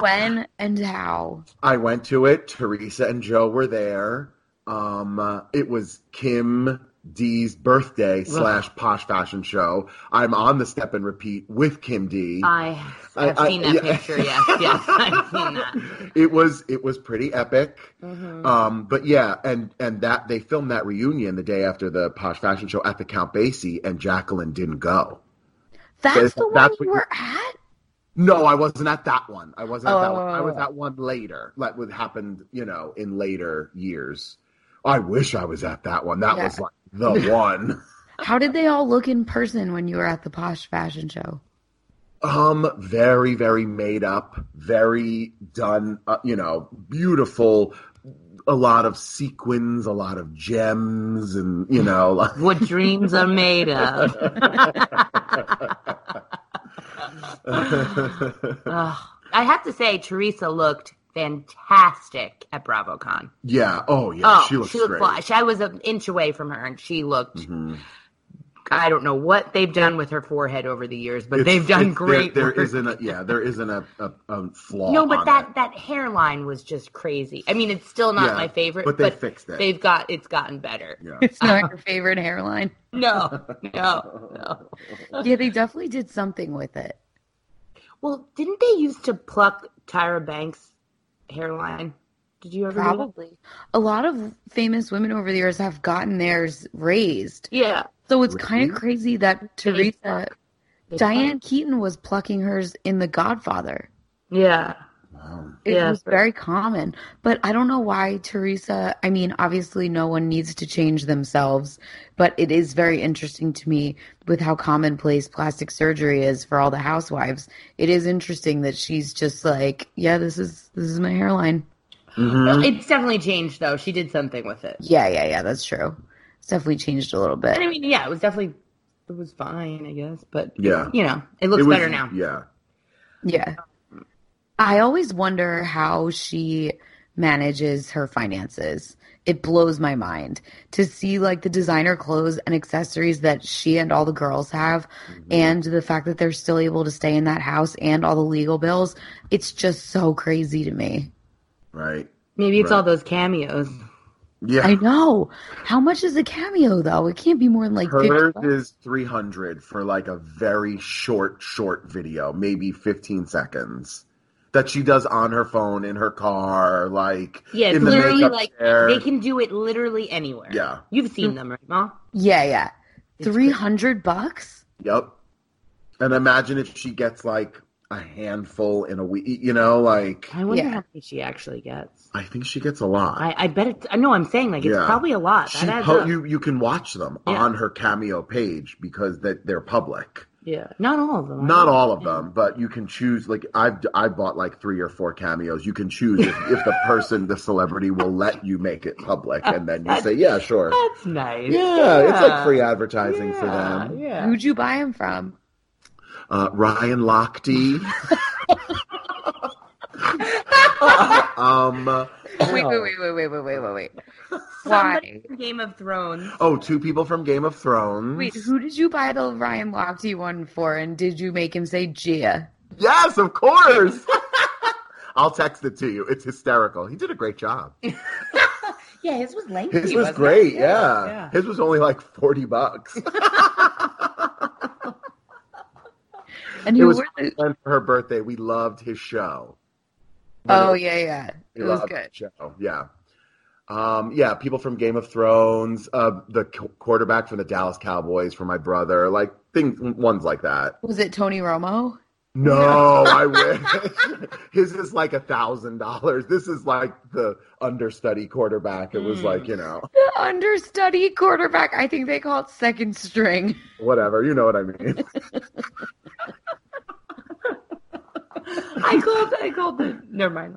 [SPEAKER 1] when and how?
[SPEAKER 7] I went to it. Teresa and Joe were there. Um, uh, it was Kim D's birthday slash posh fashion show. I'm on the step and repeat with Kim D.
[SPEAKER 8] I
[SPEAKER 7] I-
[SPEAKER 8] have
[SPEAKER 7] I-
[SPEAKER 8] seen that
[SPEAKER 7] yeah.
[SPEAKER 8] picture. Yes, yes, (laughs) I've seen that.
[SPEAKER 7] (laughs) it was it was pretty epic.
[SPEAKER 8] Mhm.
[SPEAKER 7] Um, but yeah, and and that they filmed that reunion the day after the posh fashion show at the Count Basie, and Jacqueline didn't go.
[SPEAKER 1] That's the one
[SPEAKER 7] what
[SPEAKER 1] you were at.
[SPEAKER 7] No, I wasn't at that one. I wasn't at that one. I was
[SPEAKER 1] Oh.
[SPEAKER 7] at one later. Like what happened, you know, in later years. I wish I was at that one. That
[SPEAKER 1] Yeah.
[SPEAKER 7] was like the one.
[SPEAKER 1] (laughs) How did they all look in person when you were at the posh fashion show?
[SPEAKER 7] Um, very, very made up, very done, uh, you know, beautiful, a lot of sequins, a lot of gems, and, you know, like.
[SPEAKER 8] What dreams are made
[SPEAKER 7] (laughs)
[SPEAKER 8] of.
[SPEAKER 1] (laughs)
[SPEAKER 7] (laughs)
[SPEAKER 8] Ugh. I have to say, Teresa looked fantastic at BravoCon.
[SPEAKER 7] yeah. Oh, yeah.
[SPEAKER 8] oh,
[SPEAKER 7] she looks great. Mm-hmm.
[SPEAKER 8] flush. I was an inch away from her, and she looked. I don't know what they've done with her forehead over the years, but
[SPEAKER 7] It's-
[SPEAKER 8] they've done
[SPEAKER 7] it's- there-
[SPEAKER 8] great.
[SPEAKER 7] There
[SPEAKER 8] work.
[SPEAKER 7] not a, yeah, there isn't a, a, a flaw.
[SPEAKER 8] No, but
[SPEAKER 7] on
[SPEAKER 8] that that hairline was just crazy. I mean, it's still not
[SPEAKER 7] Yeah,
[SPEAKER 8] my favorite,
[SPEAKER 7] but they fixed it.
[SPEAKER 8] They've got it's gotten better.
[SPEAKER 1] (laughs) It's not your favorite hairline.
[SPEAKER 7] (laughs)
[SPEAKER 8] No, no, no.
[SPEAKER 1] Yeah, they definitely did something with it.
[SPEAKER 8] Well, didn't they used to pluck Tyra Banks' hairline? Did you ever do that?
[SPEAKER 1] Probably. A lot of famous women over the years have gotten theirs raised.
[SPEAKER 8] Yeah.
[SPEAKER 1] So it's kind of crazy that Teresa,
[SPEAKER 8] They
[SPEAKER 1] Diane Keaton was plucking hers in The Godfather.
[SPEAKER 8] Yeah.
[SPEAKER 1] It
[SPEAKER 8] Yeah.
[SPEAKER 1] was very common. But I don't know why Teresa, I mean, obviously no one needs to change themselves, but it is very interesting to me with how commonplace plastic surgery is for all the housewives. It is interesting that she's just like, yeah, this is this is my hairline.
[SPEAKER 7] Mm-hmm.
[SPEAKER 8] It's definitely changed though. She did something with it.
[SPEAKER 1] Yeah, yeah, yeah, that's true. It's definitely changed a little bit.
[SPEAKER 8] And I mean, yeah, it was definitely it was fine, I guess. But
[SPEAKER 7] Yeah.
[SPEAKER 8] you know, it looks
[SPEAKER 7] was-
[SPEAKER 8] better now.
[SPEAKER 7] Yeah.
[SPEAKER 1] Yeah. I always wonder how she manages her finances. It blows my mind to see like the designer clothes and accessories that she and all the girls have and the fact that they're still able to stay in that house and all the legal bills. It's just so crazy to me.
[SPEAKER 7] Right.
[SPEAKER 8] Maybe it's
[SPEAKER 7] Right.
[SPEAKER 8] all those cameos.
[SPEAKER 7] Yeah.
[SPEAKER 1] I know. How much is a cameo though? It can't be more than like 50
[SPEAKER 7] Hers
[SPEAKER 1] bucks.
[SPEAKER 7] is 300 for like a very short, short video, maybe 15 seconds that she does on her phone, in her car, like
[SPEAKER 8] Yeah, it's
[SPEAKER 7] in the
[SPEAKER 8] literally
[SPEAKER 7] makeup
[SPEAKER 8] like
[SPEAKER 7] chair.
[SPEAKER 8] they can do it literally anywhere.
[SPEAKER 7] Yeah.
[SPEAKER 8] You've seen them, right, Ma?
[SPEAKER 1] Yeah, yeah. 300 bucks?
[SPEAKER 7] Yep. And imagine if she gets like a handful in a week, you know, like
[SPEAKER 8] I wonder
[SPEAKER 1] Yeah.
[SPEAKER 8] how many she actually gets.
[SPEAKER 7] I think she gets a lot.
[SPEAKER 8] I, I bet it's, I know I'm saying like it's
[SPEAKER 7] Yeah.
[SPEAKER 8] probably a lot. That
[SPEAKER 7] she
[SPEAKER 8] adds
[SPEAKER 7] po-
[SPEAKER 8] up.
[SPEAKER 7] you you can watch them
[SPEAKER 8] Yeah.
[SPEAKER 7] on her cameo page because that they're public.
[SPEAKER 8] yeah. Not all of them.
[SPEAKER 7] Not all of them, but you can choose. Like I've I bought like three or four cameos. You can choose if, if the person, the celebrity, will let you make it public, and
[SPEAKER 8] (laughs)
[SPEAKER 7] then you say, "Yeah, sure."
[SPEAKER 8] That's nice.
[SPEAKER 7] Yeah, it's like free advertising for
[SPEAKER 8] Yeah,
[SPEAKER 7] them.
[SPEAKER 8] Yeah.
[SPEAKER 1] Who'd you buy them from?
[SPEAKER 7] Uh,
[SPEAKER 8] (laughs)
[SPEAKER 7] Ryan Lochte. (laughs) um,
[SPEAKER 1] Wait, wait, wait, wait, wait, wait, wait, wait, wait.
[SPEAKER 8] Somebody
[SPEAKER 1] Why?
[SPEAKER 8] from Game of Thrones.
[SPEAKER 7] oh, two people from Game of Thrones.
[SPEAKER 1] Wait, who did you buy the Ryan Lochte one for? And did you make him say Gia?
[SPEAKER 7] Yes, of course. (laughs) I'll text it to you. It's hysterical. He did a great job.
[SPEAKER 8] Yeah, his was lengthy.
[SPEAKER 7] His was
[SPEAKER 8] wasn't
[SPEAKER 7] great.
[SPEAKER 8] it?
[SPEAKER 7] Yeah.
[SPEAKER 8] yeah.
[SPEAKER 7] His was only like 40
[SPEAKER 1] (laughs)
[SPEAKER 7] bucks.
[SPEAKER 1] And
[SPEAKER 7] it
[SPEAKER 1] who
[SPEAKER 7] was
[SPEAKER 1] were the-
[SPEAKER 7] and for her birthday. We loved his show.
[SPEAKER 1] Oh yeah, yeah.
[SPEAKER 7] We
[SPEAKER 1] It was
[SPEAKER 7] loved
[SPEAKER 1] good.
[SPEAKER 7] his Show. Yeah. Um, yeah, people from Game of Thrones, uh, the qu- quarterback from the Dallas Cowboys for my brother, like things, ones like that.
[SPEAKER 1] Was it Tony Romo?
[SPEAKER 7] No,
[SPEAKER 1] (laughs)
[SPEAKER 7] I wish. His is like a thousand dollars. This is like the understudy quarterback. It was
[SPEAKER 1] Mm.
[SPEAKER 7] like you know,
[SPEAKER 1] The understudy quarterback. I think they call it second string. (laughs)
[SPEAKER 7] whatever. You know what I mean?
[SPEAKER 8] (laughs) I called. I called the. Never mind.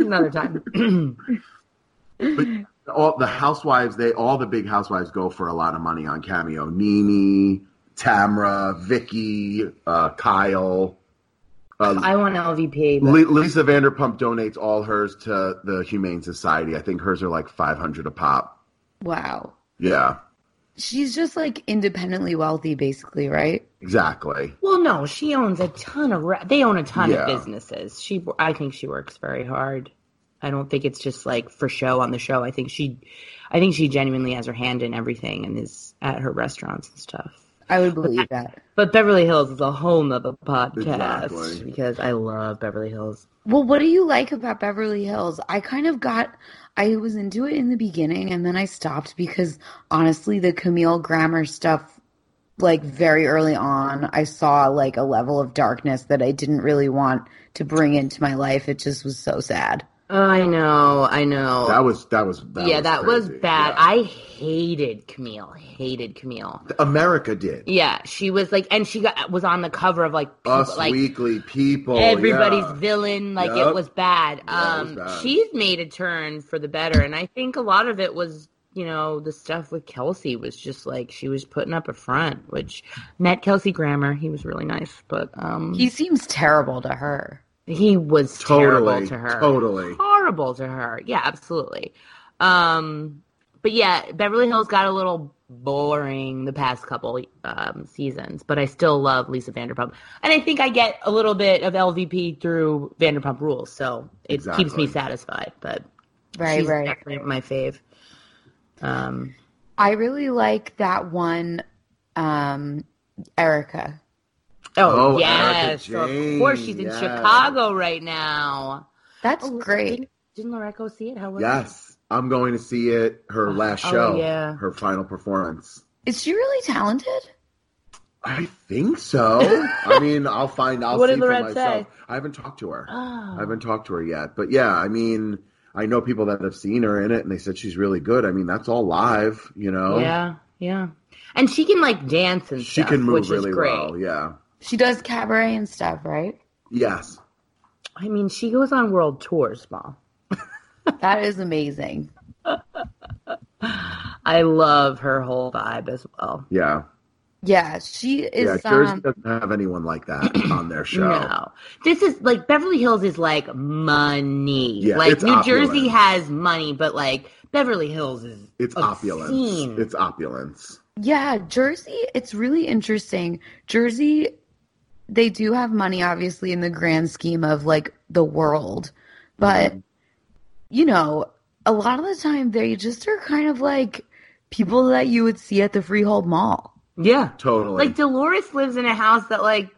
[SPEAKER 8] Another time. (clears throat)
[SPEAKER 7] all the housewives, they all the big housewives go for a lot of money on cameo. Nene, Tamra, Vicky, uh, Kyle. Uh,
[SPEAKER 8] I want LVP. but-
[SPEAKER 7] Li- Lisa Vanderpump donates all hers to the Humane Society. I think hers are like five hundred a pop.
[SPEAKER 1] Wow.
[SPEAKER 7] Yeah,
[SPEAKER 1] She's just like independently wealthy, basically, right?
[SPEAKER 7] exactly.
[SPEAKER 8] Well, no, she owns a ton of. Re- they own a ton of
[SPEAKER 7] Yeah.
[SPEAKER 8] businesses. She, I think she works very hard. I don't think it's just like for show on the show. I think she, I think she genuinely has her hand in everything and is at her restaurants and stuff.
[SPEAKER 1] I would believe that.
[SPEAKER 8] But Beverly Hills is a whole nother podcast
[SPEAKER 7] Exactly.
[SPEAKER 8] because I love Beverly Hills.
[SPEAKER 1] Well, what do you like about Beverly Hills? I kind of got, I was into it in the beginning and then I stopped because honestly, the Camille Grammer stuff, like very early on, I saw like a level of darkness that I didn't really want to bring into my life. It just was so sad.
[SPEAKER 8] Oh, I know, I know.
[SPEAKER 7] That was that was that
[SPEAKER 8] yeah, that was
[SPEAKER 7] crazy.
[SPEAKER 8] bad.
[SPEAKER 7] Yeah.
[SPEAKER 8] I hated Camille. Hated Camille.
[SPEAKER 7] America did.
[SPEAKER 8] Yeah, she was like, and she got was on the cover of like, people,
[SPEAKER 7] Us
[SPEAKER 8] like
[SPEAKER 7] Weekly people.
[SPEAKER 8] everybody's
[SPEAKER 7] yeah.
[SPEAKER 8] villain. Like
[SPEAKER 7] Yup.
[SPEAKER 8] it was bad.
[SPEAKER 7] Yeah, it was
[SPEAKER 8] um,
[SPEAKER 7] bad.
[SPEAKER 8] she's made a turn for the better, and I think a lot of it was, you know, the stuff with Kelsey was just like she was putting up a front. Which met Kelsey Grammer. He was really nice, but um,
[SPEAKER 1] He seems terrible to her.
[SPEAKER 8] he was terrible
[SPEAKER 7] totally
[SPEAKER 8] to her.
[SPEAKER 7] Totally.
[SPEAKER 8] Horrible to her. Yeah, absolutely. Um, but yeah, Beverly Hills got a little boring the past couple um, seasons, but I still love Lisa Vanderpump, and I think I get a little bit of LVP through Vanderpump Rules, so it keeps
[SPEAKER 7] Exactly.
[SPEAKER 8] me satisfied. But
[SPEAKER 1] Right,
[SPEAKER 8] she's
[SPEAKER 1] right.
[SPEAKER 8] definitely my fave. Um,
[SPEAKER 1] I really like that one, um, Erica.
[SPEAKER 8] oh,
[SPEAKER 7] Oh, Erica
[SPEAKER 8] yes, of course she's
[SPEAKER 7] Jane,
[SPEAKER 8] in
[SPEAKER 7] yes.
[SPEAKER 8] Chicago right now.
[SPEAKER 1] That's
[SPEAKER 8] Oh,
[SPEAKER 1] great.
[SPEAKER 8] Didn't, didn't Loreco see it? How was it?
[SPEAKER 7] Yes, I'm going to see it. Her last
[SPEAKER 8] oh,
[SPEAKER 7] show.
[SPEAKER 8] yeah.
[SPEAKER 7] Her final performance.
[SPEAKER 1] Is she really talented?
[SPEAKER 7] I think so.
[SPEAKER 8] (laughs)
[SPEAKER 7] I mean, I'll find. I'll
[SPEAKER 8] What
[SPEAKER 7] see
[SPEAKER 8] did
[SPEAKER 7] for
[SPEAKER 8] Lorette
[SPEAKER 7] myself.
[SPEAKER 8] say?
[SPEAKER 7] I haven't talked to her.
[SPEAKER 8] Oh.
[SPEAKER 7] I haven't talked to her yet. But yeah, I mean, I know people that have seen her in it, and they said she's really good. I mean, that's all live. You know.
[SPEAKER 8] Yeah, yeah. And she can like dance and
[SPEAKER 7] She
[SPEAKER 8] stuff,
[SPEAKER 7] can move
[SPEAKER 8] which
[SPEAKER 7] really
[SPEAKER 8] is great.
[SPEAKER 7] well. Yeah.
[SPEAKER 1] She does cabaret and stuff, right?
[SPEAKER 7] Yes.
[SPEAKER 8] I mean, she goes on world tours, Ma.
[SPEAKER 1] That is amazing.
[SPEAKER 8] I love her whole vibe as well.
[SPEAKER 7] Yeah.
[SPEAKER 1] Yeah, she is.
[SPEAKER 7] yeah, Jersey
[SPEAKER 1] um,
[SPEAKER 7] doesn't have anyone like that
[SPEAKER 8] (clears throat)
[SPEAKER 7] on their show.
[SPEAKER 8] No, this is like Beverly Hills is like money.
[SPEAKER 7] Yeah,
[SPEAKER 8] like
[SPEAKER 7] it's
[SPEAKER 8] New
[SPEAKER 7] opulent.
[SPEAKER 8] Jersey has money, but like Beverly Hills is
[SPEAKER 7] It's opulence.
[SPEAKER 8] obscene.
[SPEAKER 7] It's opulence.
[SPEAKER 1] Yeah, Jersey, it's really interesting. Jersey, they do have money, obviously, in the grand scheme of like the world. But,
[SPEAKER 7] Mm-hmm.
[SPEAKER 1] you know, a lot of the time they just are kind of like people that you would see at the Freehold Mall.
[SPEAKER 7] Ah.
[SPEAKER 8] yeah.
[SPEAKER 7] Totally.
[SPEAKER 8] Like
[SPEAKER 7] Like,
[SPEAKER 8] Dolores lives in a house that like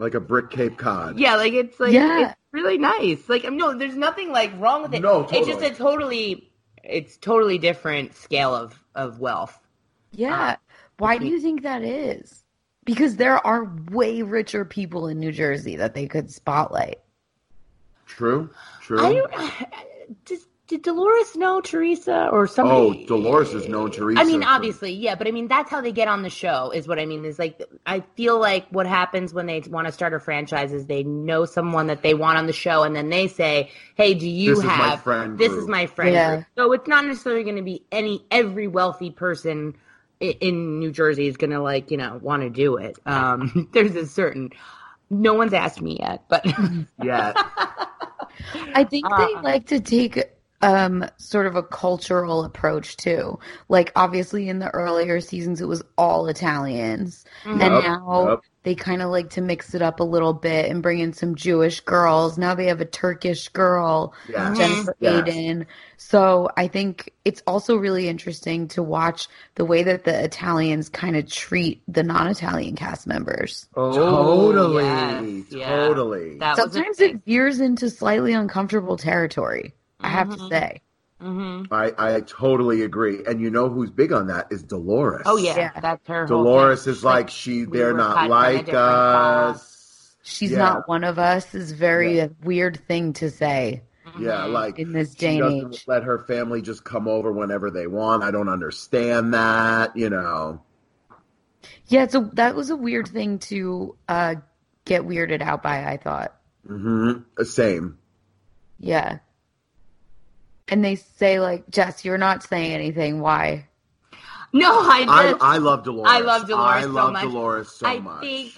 [SPEAKER 7] a brick Cape Cod.
[SPEAKER 8] yeah, like it's like
[SPEAKER 1] Yeah.
[SPEAKER 8] it's really nice. Like I'm no, there's nothing like wrong with it.
[SPEAKER 7] No,
[SPEAKER 8] it's just
[SPEAKER 7] totally.
[SPEAKER 8] a totally it's totally different scale of of wealth.
[SPEAKER 1] Yeah. Why
[SPEAKER 7] Mm-hmm.
[SPEAKER 1] do you think that is? Because there are way richer people in New Jersey that they could spotlight.
[SPEAKER 7] True. True.
[SPEAKER 8] I don't. (sighs) Does, did Dolores know Teresa or somebody?
[SPEAKER 7] Oh, Dolores has known Teresa.
[SPEAKER 8] I mean,
[SPEAKER 7] for-
[SPEAKER 8] obviously, yeah, but I mean, that's how they get on the show, is what I mean. Is like, I feel like what happens when they want to start a franchise is they know someone that they want on the show, and then they say, "Hey, do you
[SPEAKER 7] This is my
[SPEAKER 8] have
[SPEAKER 7] friend
[SPEAKER 8] this
[SPEAKER 7] group."
[SPEAKER 8] is my friend?"
[SPEAKER 1] Yeah.
[SPEAKER 8] group. So it's not necessarily going to be any every wealthy person i- in New Jersey is going to like you know want to do it. Um, (laughs) there's a certain. No one's asked me yet, but
[SPEAKER 1] Mm-hmm.
[SPEAKER 7] Yeah.
[SPEAKER 1] I think
[SPEAKER 8] Ah.
[SPEAKER 1] they like to take um sort of a cultural approach too. Like obviously in the earlier seasons it was all Italians. And
[SPEAKER 7] Yup,
[SPEAKER 1] now
[SPEAKER 7] yup.
[SPEAKER 1] they kind of like to mix it up a little bit and bring in some Jewish girls. Now they have a Turkish girl,
[SPEAKER 7] Yes,
[SPEAKER 1] Jennifer
[SPEAKER 7] yes.
[SPEAKER 1] Aiden. So I think it's also really interesting to watch the way that the Italians kind of treat the non-Italian cast members.
[SPEAKER 7] totally.
[SPEAKER 8] yes, yeah. (laughs)
[SPEAKER 7] Totally.
[SPEAKER 8] that was a
[SPEAKER 1] Sometimes
[SPEAKER 8] thing.
[SPEAKER 1] it veers into slightly uncomfortable territory. I have
[SPEAKER 8] Mm-hmm.
[SPEAKER 1] to say.
[SPEAKER 7] I, I totally agree. And you know who's big on that is Dolores.
[SPEAKER 8] Oh yeah,
[SPEAKER 1] Yeah.
[SPEAKER 8] that's her. whole
[SPEAKER 7] Dolores
[SPEAKER 8] thing.
[SPEAKER 7] is like she
[SPEAKER 8] we
[SPEAKER 7] they're
[SPEAKER 8] were cut
[SPEAKER 7] not
[SPEAKER 8] from a
[SPEAKER 7] like
[SPEAKER 8] different cloth.
[SPEAKER 7] us.
[SPEAKER 1] she's
[SPEAKER 7] Yeah.
[SPEAKER 1] not one of us is very a weird thing to say.
[SPEAKER 8] Mm-hmm.
[SPEAKER 7] Yeah, like
[SPEAKER 1] in this
[SPEAKER 7] she
[SPEAKER 1] day and
[SPEAKER 7] doesn't
[SPEAKER 1] age.
[SPEAKER 7] Let her family just come over whenever they want. I don't understand that, you know.
[SPEAKER 1] Yeah, so that was a weird thing to uh, get weirded out by. I thought,
[SPEAKER 7] Mm-hmm. Same.
[SPEAKER 1] yeah. And they say like, Jess, you're not saying anything. Why?
[SPEAKER 8] no, I
[SPEAKER 7] I,
[SPEAKER 8] just
[SPEAKER 7] I love Dolores.
[SPEAKER 8] I love Dolores
[SPEAKER 7] I
[SPEAKER 8] so
[SPEAKER 7] love
[SPEAKER 8] much.
[SPEAKER 7] Dolores so
[SPEAKER 8] I
[SPEAKER 7] much.
[SPEAKER 8] think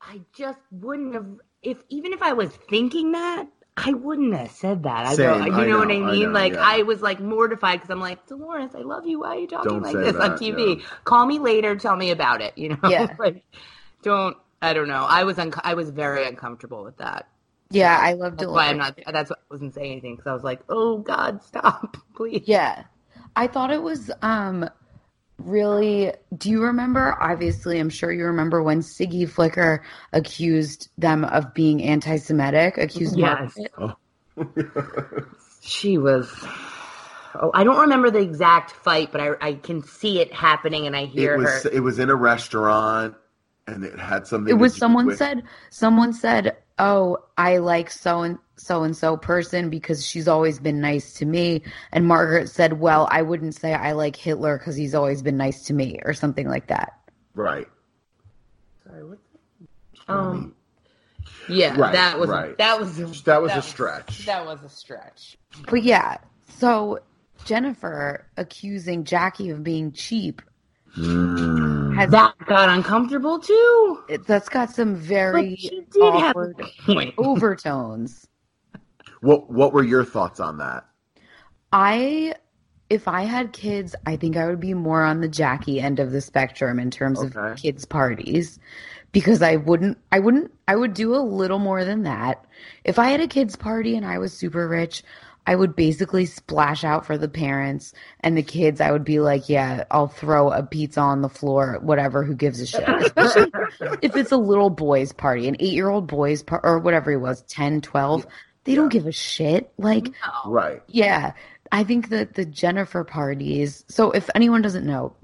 [SPEAKER 8] I just wouldn't have if even if I was thinking that I wouldn't have said that. I
[SPEAKER 7] Same,
[SPEAKER 8] don't, you
[SPEAKER 7] I
[SPEAKER 8] know, what I
[SPEAKER 7] know, I
[SPEAKER 8] mean?
[SPEAKER 7] know,
[SPEAKER 8] like
[SPEAKER 7] yeah.
[SPEAKER 8] I was like mortified because I'm like Dolores, I love you. Why are you talking
[SPEAKER 7] Don't
[SPEAKER 8] like
[SPEAKER 7] say
[SPEAKER 8] this on
[SPEAKER 7] that,
[SPEAKER 8] TV?
[SPEAKER 7] yeah.
[SPEAKER 8] Call me later. Tell me about it. You know,
[SPEAKER 1] Yeah.
[SPEAKER 8] (laughs) like don't. I don't know. I was unco- I was very uncomfortable with that.
[SPEAKER 1] Yeah, I love
[SPEAKER 8] That's
[SPEAKER 1] Dolores.
[SPEAKER 8] why I'm not. That's why I wasn't saying anything because I was like, "Oh God, stop, (laughs) please."
[SPEAKER 1] Yeah. I thought it was um really do you remember obviously I'm sure you remember when Siggy Flicker accused them of being anti-Semitic, accused
[SPEAKER 8] Yes.
[SPEAKER 1] Margaret?
[SPEAKER 7] Oh. (laughs)
[SPEAKER 8] She was. Oh, I don't remember the exact fight, but I, I can see it happening, and I hear
[SPEAKER 7] it was
[SPEAKER 8] her.
[SPEAKER 7] it was in a restaurant and it had something
[SPEAKER 1] it
[SPEAKER 7] to
[SPEAKER 1] was
[SPEAKER 7] do
[SPEAKER 1] someone
[SPEAKER 7] with-
[SPEAKER 1] said someone said oh i like so and so and so person because she's always been nice to me and margaret said well i wouldn't say i like hitler because he's always been nice to me or something like that
[SPEAKER 7] right.
[SPEAKER 8] Um, yeah,
[SPEAKER 7] Right,
[SPEAKER 8] that was
[SPEAKER 7] right.
[SPEAKER 8] that was
[SPEAKER 7] That was a stretch.
[SPEAKER 8] That was a stretch.
[SPEAKER 1] but yeah so jennifer accusing jackie of being cheap has
[SPEAKER 8] That got uncomfortable too.
[SPEAKER 1] it- that's got some very
[SPEAKER 8] But she did have a
[SPEAKER 1] awkward
[SPEAKER 8] point.
[SPEAKER 1] overtones
[SPEAKER 7] What what were your thoughts on that?
[SPEAKER 1] I if I had kids, I think I would be more on the Jackie end of the spectrum in terms of
[SPEAKER 7] Okay.
[SPEAKER 1] kids parties because I wouldn't I wouldn't I would do a little more than that. If I had a kids party and I was super rich, I would basically splash out for the parents and the kids. I would be like, yeah, I'll throw a pizza on the floor, whatever, who gives a shit. Especially if it's a little boy's party, an 8-year-old boy's par- or whatever he was, 10, 12, they don't give a shit. Like
[SPEAKER 8] Oh.
[SPEAKER 7] Right.
[SPEAKER 1] yeah, I think that the Jennifer parties. So, if anyone doesn't know,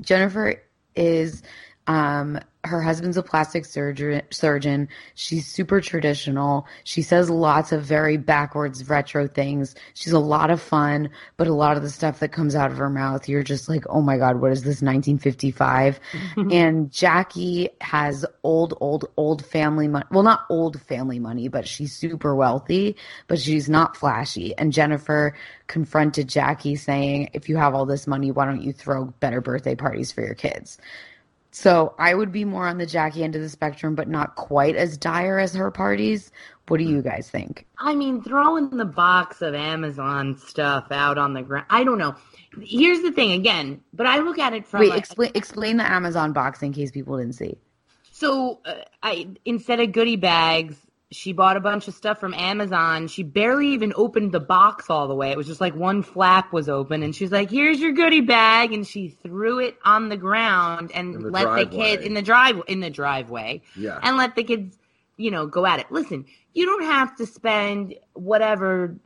[SPEAKER 1] Jennifer is um her husband's a plastic surgeon surgeon she's super traditional she says lots of very backwards retro things she's a lot of fun but a lot of the stuff that comes out of her mouth you're just like oh my god what is this 1955 and jackie has old old old family money well not old family money but she's super wealthy but she's not flashy and jennifer confronted jackie saying if you have all this money why don't you throw better birthday parties for your kids So I would be more on the Jackie end of the spectrum, but not quite as dire as her parties. What do
[SPEAKER 8] Mm.
[SPEAKER 1] you guys think?
[SPEAKER 8] I mean, throwing the box of Amazon stuff out on the ground. I don't know. Here's the thing again, but I look at it from
[SPEAKER 1] Wait,
[SPEAKER 8] a-
[SPEAKER 1] explain explain the Amazon box in case people didn't see.
[SPEAKER 8] So uh, I instead of goodie bags, she bought a bunch of stuff from Amazon. She barely even opened the box all the way. It was just like one flap was open, and she was like, "Here's your goodie bag," and she threw it on the ground and
[SPEAKER 7] In the
[SPEAKER 8] let the
[SPEAKER 7] driveway.
[SPEAKER 8] kid in the drive in the driveway,
[SPEAKER 7] Yeah.
[SPEAKER 8] and let the kids, you know, go at it. Listen, you don't have to spend whatever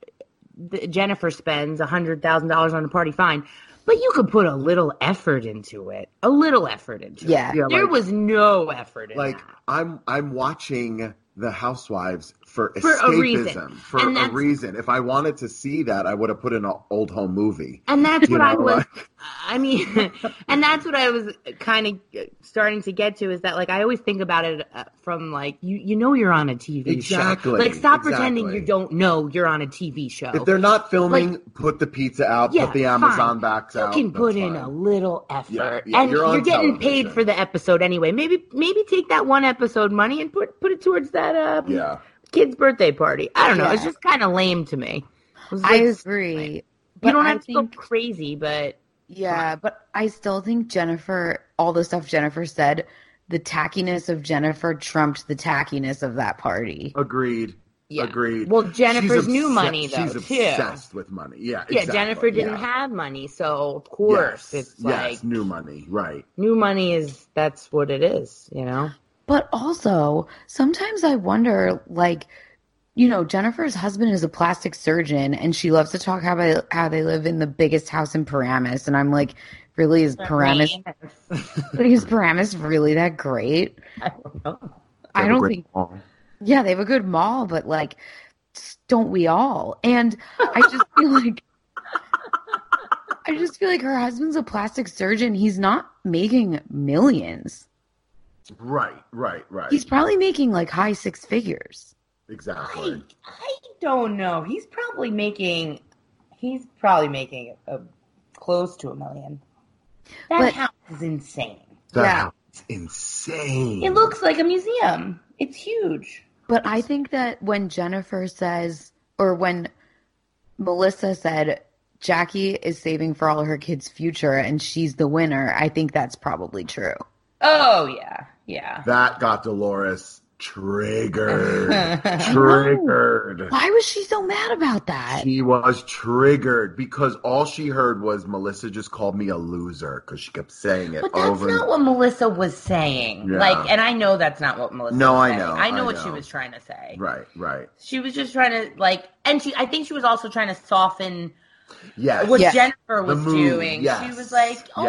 [SPEAKER 8] the, Jennifer spends hundred thousand dollars on a party. Fine. But you could put a little effort into it. A little effort into
[SPEAKER 1] Yeah.
[SPEAKER 8] it.
[SPEAKER 7] Yeah,
[SPEAKER 8] There
[SPEAKER 7] like-
[SPEAKER 8] was no effort in
[SPEAKER 7] like
[SPEAKER 8] that.
[SPEAKER 7] I'm I'm watching the Housewives for,
[SPEAKER 8] For a reason.
[SPEAKER 7] escapism for
[SPEAKER 8] And
[SPEAKER 7] a
[SPEAKER 8] that's-
[SPEAKER 7] reason. If I wanted to see that, I would have put in an old home movie.
[SPEAKER 8] And that's
[SPEAKER 7] You
[SPEAKER 8] what I
[SPEAKER 7] know,
[SPEAKER 8] was.
[SPEAKER 7] like-
[SPEAKER 8] (laughs) I mean, (laughs) and that's what I was kind of starting to get to is that like I always think about it uh, from like you you know you're on a TV show.
[SPEAKER 7] Exactly,
[SPEAKER 8] Like stop pretending
[SPEAKER 7] exactly.
[SPEAKER 8] you don't know you're on a TV show.
[SPEAKER 7] If they're not filming, put the pizza out,
[SPEAKER 8] Oh. Yeah,
[SPEAKER 7] put the Amazon
[SPEAKER 8] fine.
[SPEAKER 7] backs
[SPEAKER 8] you
[SPEAKER 7] out.
[SPEAKER 8] can
[SPEAKER 7] that's
[SPEAKER 8] put in
[SPEAKER 7] fine.
[SPEAKER 8] a little effort,
[SPEAKER 7] Yeah, yeah,
[SPEAKER 8] and
[SPEAKER 7] you're
[SPEAKER 8] you're,
[SPEAKER 7] on
[SPEAKER 8] getting
[SPEAKER 7] television.
[SPEAKER 8] paid for the episode anyway. Maybe maybe take that one episode money and put put it towards that uh
[SPEAKER 7] Yeah.
[SPEAKER 8] kid's birthday party. I don't know. It's
[SPEAKER 1] Yeah.
[SPEAKER 8] just kind of lame to me. It was
[SPEAKER 1] I
[SPEAKER 8] like,
[SPEAKER 1] agree. But
[SPEAKER 8] you don't
[SPEAKER 1] I
[SPEAKER 8] have to
[SPEAKER 1] think-
[SPEAKER 8] go crazy, but
[SPEAKER 1] Yeah, but I still think Jennifer, all the stuff Jennifer said, the tackiness of Jennifer trumped the tackiness of that party.
[SPEAKER 7] Agreed.
[SPEAKER 8] Yeah.
[SPEAKER 7] Agreed.
[SPEAKER 8] Well,
[SPEAKER 7] She's
[SPEAKER 8] Jennifer's new
[SPEAKER 7] obsessed-
[SPEAKER 8] money, though,
[SPEAKER 7] She's
[SPEAKER 8] too.
[SPEAKER 7] obsessed with money. Yeah.
[SPEAKER 8] Yeah,
[SPEAKER 7] exactly.
[SPEAKER 8] Jennifer didn't
[SPEAKER 7] Yeah.
[SPEAKER 8] have money, so of course
[SPEAKER 7] Yes.
[SPEAKER 8] it's like
[SPEAKER 7] yes. New money. Right.
[SPEAKER 8] new money is that's what it is, you know.
[SPEAKER 1] But also, sometimes I wonder, like, you know, Jennifer's husband is a plastic surgeon and she loves to talk how they, how they live in the biggest house in Paramus. And I'm like, really, is Paramus, is Paramus really that great? I don't think Yeah, they have a good mall, but like, s- don't we all? And I just feel like, I just feel like her husband's a plastic surgeon. He's not making millions.
[SPEAKER 7] Right. Right. Right.
[SPEAKER 1] He's probably making like high six figures.
[SPEAKER 7] exactly.
[SPEAKER 8] I, I don't know. He's probably making he's probably making a, close to a million. That
[SPEAKER 1] But-
[SPEAKER 8] house is insane.
[SPEAKER 7] That's insane.
[SPEAKER 8] It looks like a museum. It's huge.
[SPEAKER 1] But I think that when Jennifer says, or when Melissa said, Jackie is saving for all her kids' future and she's the winner, I think that's probably true.
[SPEAKER 8] Oh yeah. Yeah.
[SPEAKER 7] That got Dolores
[SPEAKER 8] (laughs)
[SPEAKER 7] triggered. triggered.
[SPEAKER 1] Why was she so mad about that?
[SPEAKER 7] She was triggered because all she heard was Melissa just called me a loser because she kept saying it
[SPEAKER 8] But that's
[SPEAKER 7] over.
[SPEAKER 8] not what Melissa was saying.
[SPEAKER 7] Yeah.
[SPEAKER 8] Like, and I know that's not what Melissa.
[SPEAKER 7] No,
[SPEAKER 8] was
[SPEAKER 7] I
[SPEAKER 8] saying.
[SPEAKER 7] know,
[SPEAKER 8] I know
[SPEAKER 7] I
[SPEAKER 8] what she
[SPEAKER 7] know.
[SPEAKER 8] was trying to say.
[SPEAKER 7] Right, right.
[SPEAKER 8] She was just trying to like, and she. I think she was also trying to soften
[SPEAKER 7] Yes.
[SPEAKER 8] what
[SPEAKER 1] Yes.
[SPEAKER 8] Jennifer was
[SPEAKER 7] mood,
[SPEAKER 8] doing.
[SPEAKER 7] yes,
[SPEAKER 8] She was like, oh,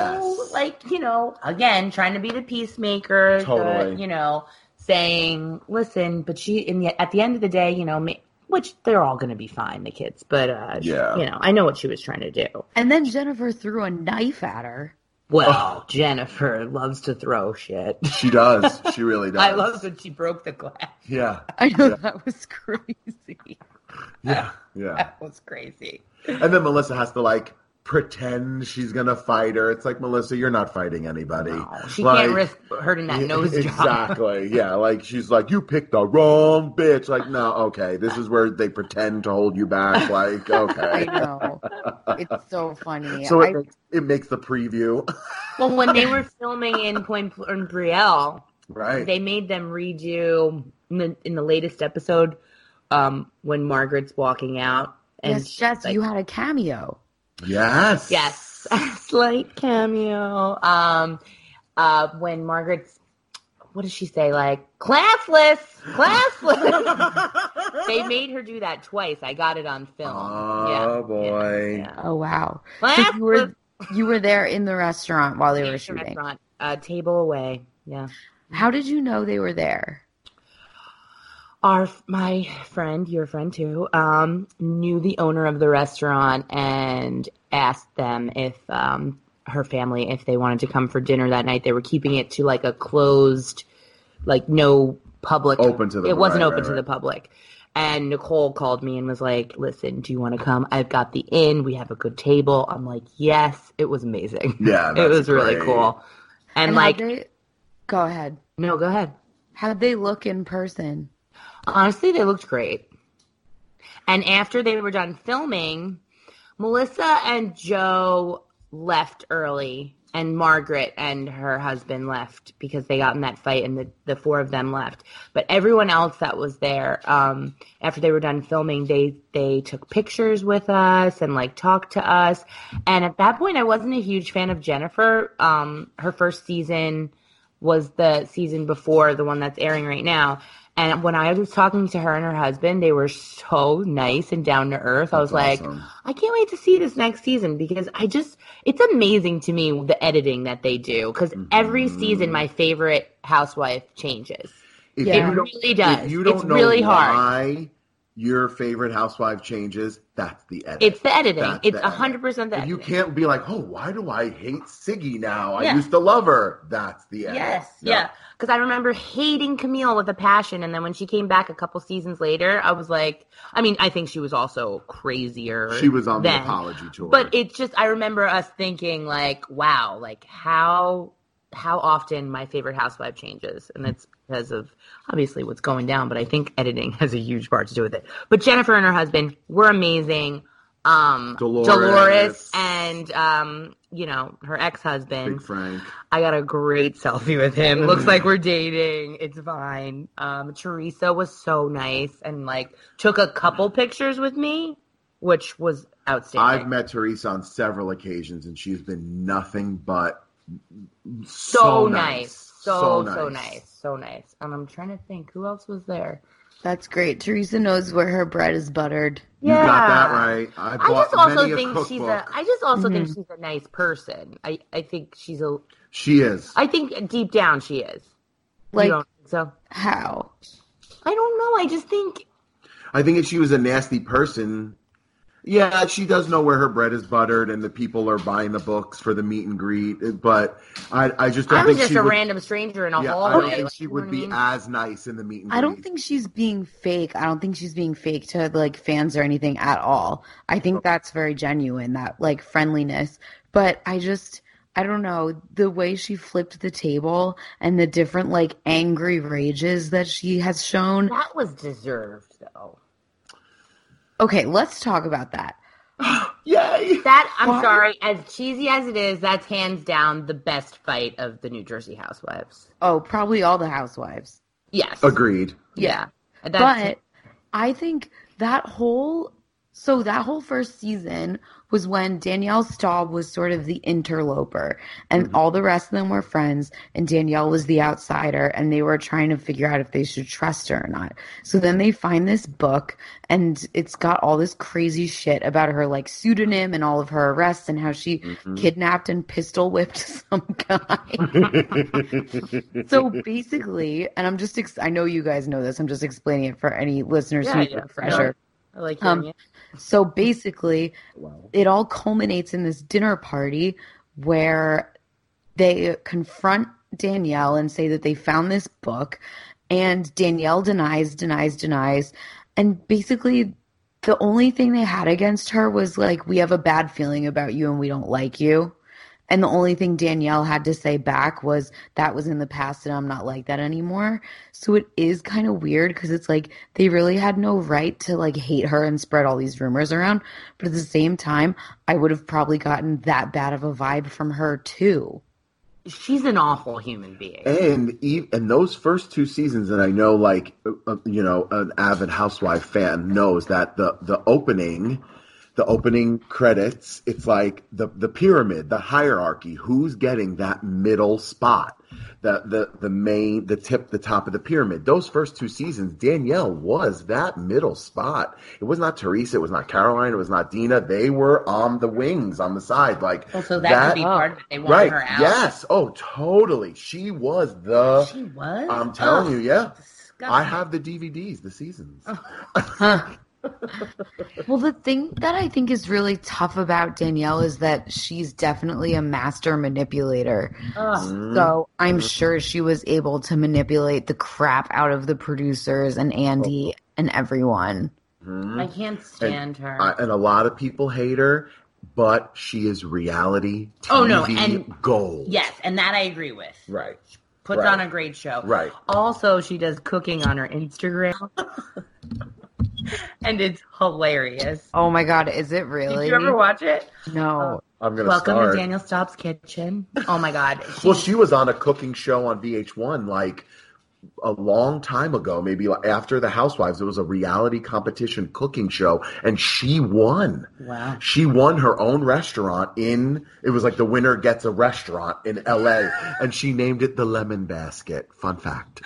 [SPEAKER 7] yes.
[SPEAKER 8] like you know, again trying to be the peacemaker. the,
[SPEAKER 7] Totally.
[SPEAKER 8] you know, saying, listen, but she. And yet, at the end of the day, you know, ma- which they're all going to be fine, the kids. But uh,
[SPEAKER 7] Yeah.
[SPEAKER 8] you know, I know what she was trying to do.
[SPEAKER 1] And then Jennifer threw a knife at her.
[SPEAKER 7] Oh.
[SPEAKER 8] Well, Jennifer loves to throw shit.
[SPEAKER 7] She does. She really
[SPEAKER 8] (laughs)
[SPEAKER 7] does.
[SPEAKER 8] I love when she broke the glass. (laughs)
[SPEAKER 7] Yeah,
[SPEAKER 1] I know that was (laughs) crazy.
[SPEAKER 7] yeah, yeah.
[SPEAKER 8] That was crazy.
[SPEAKER 7] And then Melissa has to like pretend she's gonna fight her. It's like Melissa, you're not fighting anybody.
[SPEAKER 8] She
[SPEAKER 7] Like-
[SPEAKER 8] can't risk hurting that
[SPEAKER 7] Yeah,
[SPEAKER 8] nose job.
[SPEAKER 7] Exactly. Yeah. Like she's like, you picked the wrong bitch. Like, no, okay. This is where they pretend to hold you back. Like,
[SPEAKER 8] (laughs)
[SPEAKER 1] I
[SPEAKER 7] okay.
[SPEAKER 1] know. It's so funny.
[SPEAKER 7] So
[SPEAKER 1] I,
[SPEAKER 7] it, makes, it makes the preview, (laughs)
[SPEAKER 8] Well, when they were filming in Point Pl- in Brielle,
[SPEAKER 7] right?
[SPEAKER 8] they made them redo in the, in the latest episode um, when Margaret's walking out. And
[SPEAKER 1] yes,
[SPEAKER 8] she's
[SPEAKER 1] Jess,
[SPEAKER 8] like,
[SPEAKER 1] you had a cameo.
[SPEAKER 7] yes.
[SPEAKER 8] (laughs) Yes, a slight cameo. Um, uh, when Margaret's, what does she say? Like classless,
[SPEAKER 7] (laughs)
[SPEAKER 8] classless. they made her do that twice. I got it on film.
[SPEAKER 7] Oh,
[SPEAKER 8] yeah,
[SPEAKER 7] boy.
[SPEAKER 8] Yeah, yeah.
[SPEAKER 1] Oh wow! So
[SPEAKER 8] Classless
[SPEAKER 1] you were you were there in the restaurant while they were shooting.
[SPEAKER 8] restaurant, uh, table away. Yeah,
[SPEAKER 1] How did you know they were there?
[SPEAKER 8] our my friend, your friend too, um, knew the owner of the restaurant and asked them if um, her family, if they wanted to come for dinner that night. They were keeping it to like a closed, like no public,
[SPEAKER 7] Open to the-
[SPEAKER 8] It wasn't
[SPEAKER 7] right,
[SPEAKER 8] open
[SPEAKER 7] right,
[SPEAKER 8] to
[SPEAKER 7] right.
[SPEAKER 8] the public. And Nicole called me and was like, "Listen, do you want to come? I've got the inn. We have a good table." I'm like, "Yes." It was amazing. (laughs)
[SPEAKER 7] Yeah,
[SPEAKER 8] it
[SPEAKER 7] that's
[SPEAKER 8] was really
[SPEAKER 7] great.
[SPEAKER 8] cool. And,
[SPEAKER 1] And
[SPEAKER 8] like,
[SPEAKER 1] how they Go ahead.
[SPEAKER 8] No, go ahead.
[SPEAKER 1] How'd they look in person?
[SPEAKER 8] Honestly, they looked great. And after they were done filming, Melissa and Joe left early, and Margaret and her husband left because they got in that fight, and the, the four of them left. But everyone else that was there, um, after they were done filming, they they took pictures with us and like talked to us. And at that point, I wasn't a huge fan of Jennifer. Um, her first season was the season before the one that's airing right now. And when I was talking to her and her husband, they were so nice and down to earth. I was
[SPEAKER 7] awesome.
[SPEAKER 8] like, I can't wait to see this next season because I just, it's amazing to me the editing that they do because every season
[SPEAKER 7] Mm-hmm.
[SPEAKER 8] my favorite housewife changes.
[SPEAKER 7] If
[SPEAKER 8] It
[SPEAKER 7] you don't-
[SPEAKER 8] really does.
[SPEAKER 7] If you don't
[SPEAKER 8] it's
[SPEAKER 7] know
[SPEAKER 8] really hard.
[SPEAKER 7] why your favorite housewife changes, that's the edit.
[SPEAKER 8] It's the editing.
[SPEAKER 7] That's
[SPEAKER 8] it's
[SPEAKER 7] the
[SPEAKER 8] 100%
[SPEAKER 7] edit.
[SPEAKER 8] the editing.
[SPEAKER 7] If you can't be like, oh, why do I hate Siggy now? I
[SPEAKER 8] Yeah.
[SPEAKER 7] used to love her. That's the edit.
[SPEAKER 8] Yes,
[SPEAKER 7] No.
[SPEAKER 8] yeah. Because I remember hating Camille with a passion, and then when she came back a couple seasons later, I was like, I mean, I think she was also crazier.
[SPEAKER 7] She was on
[SPEAKER 8] then.
[SPEAKER 7] the apology tour.
[SPEAKER 8] But it's just I remember us thinking like, wow, like how how often my favorite housewife changes, and it's because of obviously what's going down. But I think editing (laughs) has a huge part to do with it. But Jennifer and her husband were amazing. Um,
[SPEAKER 7] Dolores.
[SPEAKER 8] Dolores and um, you know her ex husband
[SPEAKER 7] Big Frank.
[SPEAKER 8] I got a great selfie with him. It looks like we're dating. It's fine. Um, Teresa was so nice and like took a couple pictures with me, which was outstanding.
[SPEAKER 7] I've met Teresa on several occasions, and she's been nothing but
[SPEAKER 8] so,
[SPEAKER 7] so,
[SPEAKER 8] nice. So, so nice. so nice. And I'm trying to think who else was there.
[SPEAKER 1] That's great. Teresa knows where her bread is buttered.
[SPEAKER 7] You got that right. I
[SPEAKER 8] I
[SPEAKER 7] bought
[SPEAKER 8] just also
[SPEAKER 7] many
[SPEAKER 8] think
[SPEAKER 7] a
[SPEAKER 8] she's a.
[SPEAKER 7] cookbook.
[SPEAKER 8] I just also think
[SPEAKER 1] Mhm.
[SPEAKER 8] she's a nice person. I I think she's a.
[SPEAKER 7] She is.
[SPEAKER 8] I think deep down she is. You
[SPEAKER 1] Like-
[SPEAKER 8] don't think so
[SPEAKER 1] How?
[SPEAKER 8] I don't know. I just think
[SPEAKER 7] I think if she was a nasty person, yeah, she does know where her bread is buttered, and the people are buying the books for the meet and greet. But I, I just don't
[SPEAKER 8] I was
[SPEAKER 7] think
[SPEAKER 8] just
[SPEAKER 7] she
[SPEAKER 8] a
[SPEAKER 7] would,
[SPEAKER 8] random stranger in a
[SPEAKER 7] Yeah, I
[SPEAKER 8] hallway.
[SPEAKER 7] don't think
[SPEAKER 8] like,
[SPEAKER 7] she
[SPEAKER 8] you know
[SPEAKER 7] would
[SPEAKER 8] what I
[SPEAKER 7] be
[SPEAKER 8] mean?
[SPEAKER 7] as nice in the meet and
[SPEAKER 1] Mm-hmm.
[SPEAKER 7] greet.
[SPEAKER 1] I don't think she's being fake. I don't think she's being fake to like fans or anything at all. I think that's very genuine, that like friendliness. But I just, I don't know, the way she flipped the table and the different like angry rages that she has shown.
[SPEAKER 8] That was deserved, though.
[SPEAKER 1] Okay, let's talk about that.
[SPEAKER 7] Yay!
[SPEAKER 8] That I'm
[SPEAKER 1] Why?
[SPEAKER 8] sorry, as cheesy as it is, that's hands down the best fight of the New Jersey Housewives.
[SPEAKER 1] Oh, probably all the housewives. (laughs)
[SPEAKER 8] Yes,
[SPEAKER 7] Agreed.
[SPEAKER 8] Yeah,
[SPEAKER 1] but I think that whole so that whole first season was when Danielle Staub was sort of the interloper and all the rest of them were friends and Danielle was the outsider and they were trying to figure out if they should trust her or not. So then they find this book and it's got all this crazy shit about her like pseudonym and all of her arrests and how she kidnapped and pistol whipped (laughs) some guy.
[SPEAKER 8] (laughs)
[SPEAKER 1] So basically, and I'm just, ex- I know you guys know this. I'm just explaining it for any listeners who
[SPEAKER 8] Yeah,
[SPEAKER 1] need
[SPEAKER 8] yeah.
[SPEAKER 1] a refresher.
[SPEAKER 8] I like hearing
[SPEAKER 1] Um,
[SPEAKER 8] it.
[SPEAKER 1] so basically, it all culminates in this dinner party where they confront Danielle and say that they found this book, and Danielle denies, denies, denies. And basically, the only thing they had against her was like, we have a bad feeling about you and we don't like you. And the only thing Danielle had to say back was that was in the past and I'm not like that anymore. So it is kind of weird because it's like they really had no right to like hate her and spread all these rumors around. But at the same time, I would have probably gotten that bad of a vibe from her too.
[SPEAKER 8] She's an awful human being.
[SPEAKER 7] And e- and those first two seasons, and I know, like uh, uh, you know, an avid housewife fan knows that the the opening, the opening credits, it's like the the pyramid, the hierarchy. Who's getting that middle spot? The the the main, the tip, the top of the pyramid. Those first two seasons, Danielle was that middle spot. It was not Teresa, it was not Caroline, it was not Dina. They were on the wings, on the side, like
[SPEAKER 8] Well, so that, could be part of it. They wanted
[SPEAKER 7] right.
[SPEAKER 8] her out.
[SPEAKER 7] Yes. Oh, totally. She was the.
[SPEAKER 8] she was.
[SPEAKER 7] I'm telling
[SPEAKER 8] Ugh,
[SPEAKER 7] you, yeah.
[SPEAKER 8] disgusting.
[SPEAKER 7] Um,
[SPEAKER 8] Oh,
[SPEAKER 7] I have the DVDs, the seasons.
[SPEAKER 1] Well, the thing that I think is really tough about Danielle is that she's definitely a master manipulator.
[SPEAKER 8] Ugh.
[SPEAKER 1] So
[SPEAKER 8] Mm-hmm.
[SPEAKER 1] I'm sure she was able to manipulate the crap out of the producers and Andy and everyone.
[SPEAKER 8] I can't stand her.
[SPEAKER 7] Mm-hmm. I- and a lot of people hate her, but she is reality TV
[SPEAKER 8] Oh, no, and-
[SPEAKER 7] gold.
[SPEAKER 8] yes, and that I agree with.
[SPEAKER 7] Right.
[SPEAKER 8] puts
[SPEAKER 7] Right.
[SPEAKER 8] on a great show.
[SPEAKER 7] Right.
[SPEAKER 8] Also, she does cooking on her Instagram. (laughs) and it's hilarious.
[SPEAKER 1] Oh my god, is it really?
[SPEAKER 8] Did you ever watch it?
[SPEAKER 1] No.
[SPEAKER 7] I'm gonna
[SPEAKER 8] Welcome
[SPEAKER 7] start.
[SPEAKER 8] to Daniel Staub's kitchen. Oh my
[SPEAKER 7] (laughs)
[SPEAKER 8] god.
[SPEAKER 7] Well, she was on a cooking show on VH1 like a long time ago, maybe like after The Housewives. It was a reality competition cooking show, and she won.
[SPEAKER 8] Wow.
[SPEAKER 7] She won her own restaurant in, it was like the winner gets a restaurant in LA, and she named it the Lemon Basket. Fun fact.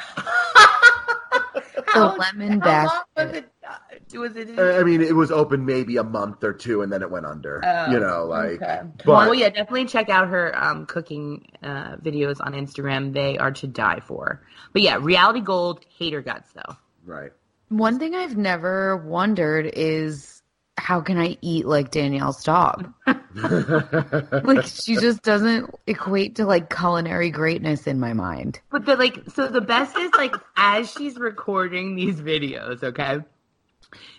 [SPEAKER 1] The lemon
[SPEAKER 8] How
[SPEAKER 1] basket.
[SPEAKER 8] long was it? uh, Was it?
[SPEAKER 7] I mean, it was open maybe a month or two, and then it went under.
[SPEAKER 8] Oh,
[SPEAKER 7] you know, like,
[SPEAKER 8] okay.
[SPEAKER 7] but
[SPEAKER 8] well, yeah, definitely check out her um, cooking uh, videos on Instagram. They are to die for. But yeah, reality gold, hater guts though.
[SPEAKER 7] right. (laughs)
[SPEAKER 1] One thing I've never wondered is how can I eat like Danielle Staub? like she just doesn't equate to like culinary greatness in my mind.
[SPEAKER 8] But the like, so the best is
[SPEAKER 7] (laughs)
[SPEAKER 8] like as she's recording these videos, okay.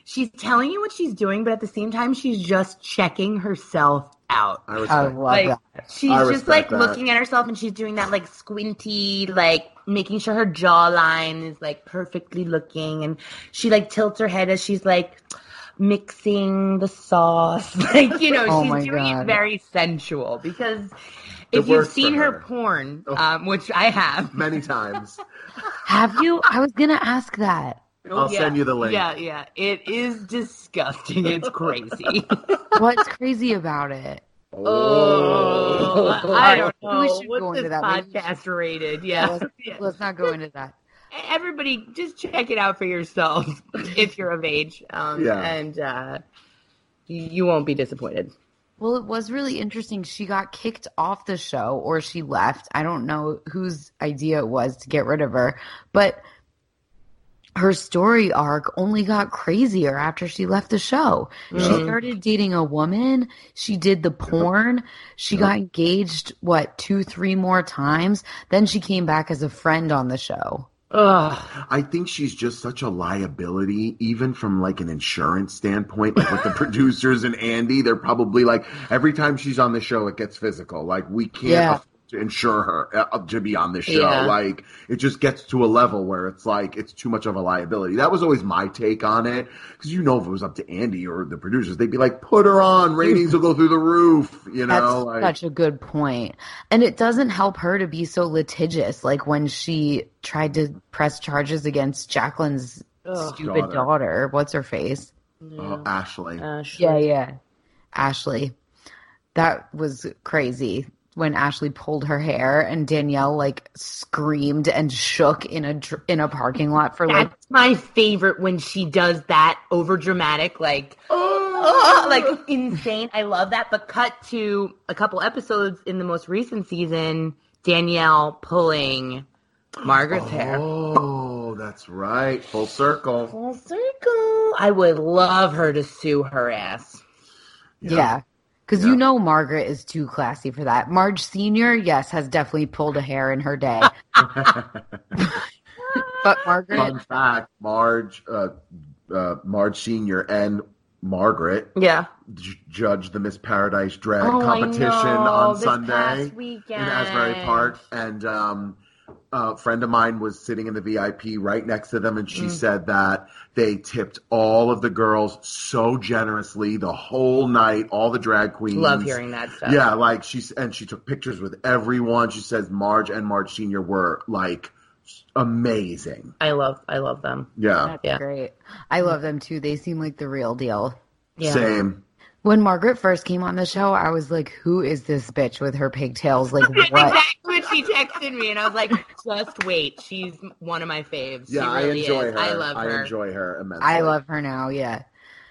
[SPEAKER 8] She's telling you what she's doing, but at the same time, she's just checking herself out.
[SPEAKER 7] I respect
[SPEAKER 1] I love
[SPEAKER 8] like
[SPEAKER 1] that.
[SPEAKER 8] she's
[SPEAKER 7] I
[SPEAKER 8] just
[SPEAKER 7] respect
[SPEAKER 8] like
[SPEAKER 7] that.
[SPEAKER 8] looking at herself and she's doing that like squinty like making sure her jawline is like perfectly looking and she like tilts her head as she's like mixing the sauce (laughs) like you know
[SPEAKER 1] Oh my
[SPEAKER 8] she's doing
[SPEAKER 1] God.
[SPEAKER 8] it very sensual because
[SPEAKER 7] It
[SPEAKER 8] if you've
[SPEAKER 7] works for
[SPEAKER 8] seen her.
[SPEAKER 7] her.
[SPEAKER 8] porn um, which i have
[SPEAKER 7] Many times.
[SPEAKER 1] Have you? I was gonna ask that.
[SPEAKER 7] (laughs) I'll
[SPEAKER 8] Oh, yeah,
[SPEAKER 7] send you the link.
[SPEAKER 8] yeah yeah it is disgusting it's crazy
[SPEAKER 1] What's crazy about it?
[SPEAKER 7] (laughs)
[SPEAKER 8] oh (laughs) i don't
[SPEAKER 1] We
[SPEAKER 8] know
[SPEAKER 1] should
[SPEAKER 8] what's
[SPEAKER 1] go
[SPEAKER 8] this
[SPEAKER 1] into that. We
[SPEAKER 8] podcast rated yeah,
[SPEAKER 1] Let's,
[SPEAKER 8] (laughs) yeah.
[SPEAKER 1] let's not go into that.
[SPEAKER 8] everybody just check it out for yourself (laughs) if you're of age um,
[SPEAKER 7] Yeah.
[SPEAKER 8] and uh, you, you won't be disappointed
[SPEAKER 1] Well, it was really interesting. She got kicked off the show or she left. I don't know whose idea it was to get rid of her, but her story arc only got crazier after she left the show. She started dating a woman. She did the porn. She got engaged, what, two, three more times. Then she came back as a friend on the show.
[SPEAKER 8] Ugh.
[SPEAKER 7] I think she's just such a liability, even from like an insurance standpoint. Like with
[SPEAKER 1] (laughs)
[SPEAKER 7] the producers and Andy, they're probably like every time she's on the show, it gets physical. Like we can't
[SPEAKER 1] Yeah.
[SPEAKER 7] afford to insure her uh, to be on the show.
[SPEAKER 8] Yeah.
[SPEAKER 7] Like it just gets to a level where it's like it's too much of a liability. That was always my take on it because you know if it was up to Andy or the producers, they'd be like, "Put her on, ratings will go through the roof." You
[SPEAKER 1] That's
[SPEAKER 7] know, like
[SPEAKER 1] such a good point. And it doesn't help her to be so litigious, like when she tried to press charges against Jacqueline's stupid
[SPEAKER 7] Daughter.
[SPEAKER 1] daughter. What's her face?
[SPEAKER 7] oh, Ashley.
[SPEAKER 1] (laughs) Yeah, yeah. Ashley. That was crazy when Ashley pulled her hair and Danielle like screamed and shook in a dr- in a parking lot for like
[SPEAKER 8] that's my favorite when she does that over dramatic like oh, like insane i love that but cut to a couple episodes in the most recent season danielle pulling margaret's hair
[SPEAKER 7] Oh, that's right. Full circle.
[SPEAKER 8] full circle i would love her to sue her ass
[SPEAKER 1] Yeah. Because
[SPEAKER 7] Yeah.
[SPEAKER 1] you know Margaret is too classy for that. Marge Sr., yes, has definitely pulled a hair in her (laughs) day. but Margaret,
[SPEAKER 7] (laughs) Fun fact: Marge, uh, uh, Marge Senior, and Margaret
[SPEAKER 8] yeah
[SPEAKER 7] j- judged the Miss Paradise drag
[SPEAKER 8] Oh, I
[SPEAKER 7] competition
[SPEAKER 8] know,
[SPEAKER 7] on
[SPEAKER 8] this
[SPEAKER 7] Sunday
[SPEAKER 8] past
[SPEAKER 7] in
[SPEAKER 8] weekend.
[SPEAKER 7] Asbury Park, and um, a friend of mine was sitting in the VIP right next to them, and
[SPEAKER 8] Mm.
[SPEAKER 7] she said that they tipped all of the girls so generously the whole night, all the drag queens.
[SPEAKER 8] Love hearing that stuff.
[SPEAKER 7] Yeah, like she's and she took pictures with everyone. She says Marge and Marge Senior were like amazing.
[SPEAKER 8] I love I love them.
[SPEAKER 7] Yeah,
[SPEAKER 8] Yeah.
[SPEAKER 1] great. I love them too. They seem like the real deal.
[SPEAKER 8] Yeah.
[SPEAKER 7] same.
[SPEAKER 1] When Margaret first came on the show, I was like, who is this bitch with her pigtails?
[SPEAKER 8] (laughs)
[SPEAKER 1] Like, what?
[SPEAKER 8] That's what she texted me and I was like, just wait. She's one of my faves.
[SPEAKER 7] Yeah,
[SPEAKER 8] she really
[SPEAKER 7] I enjoy
[SPEAKER 8] is.
[SPEAKER 7] her.
[SPEAKER 8] I love her.
[SPEAKER 7] enjoy her immensely.
[SPEAKER 1] I love her now. Yeah.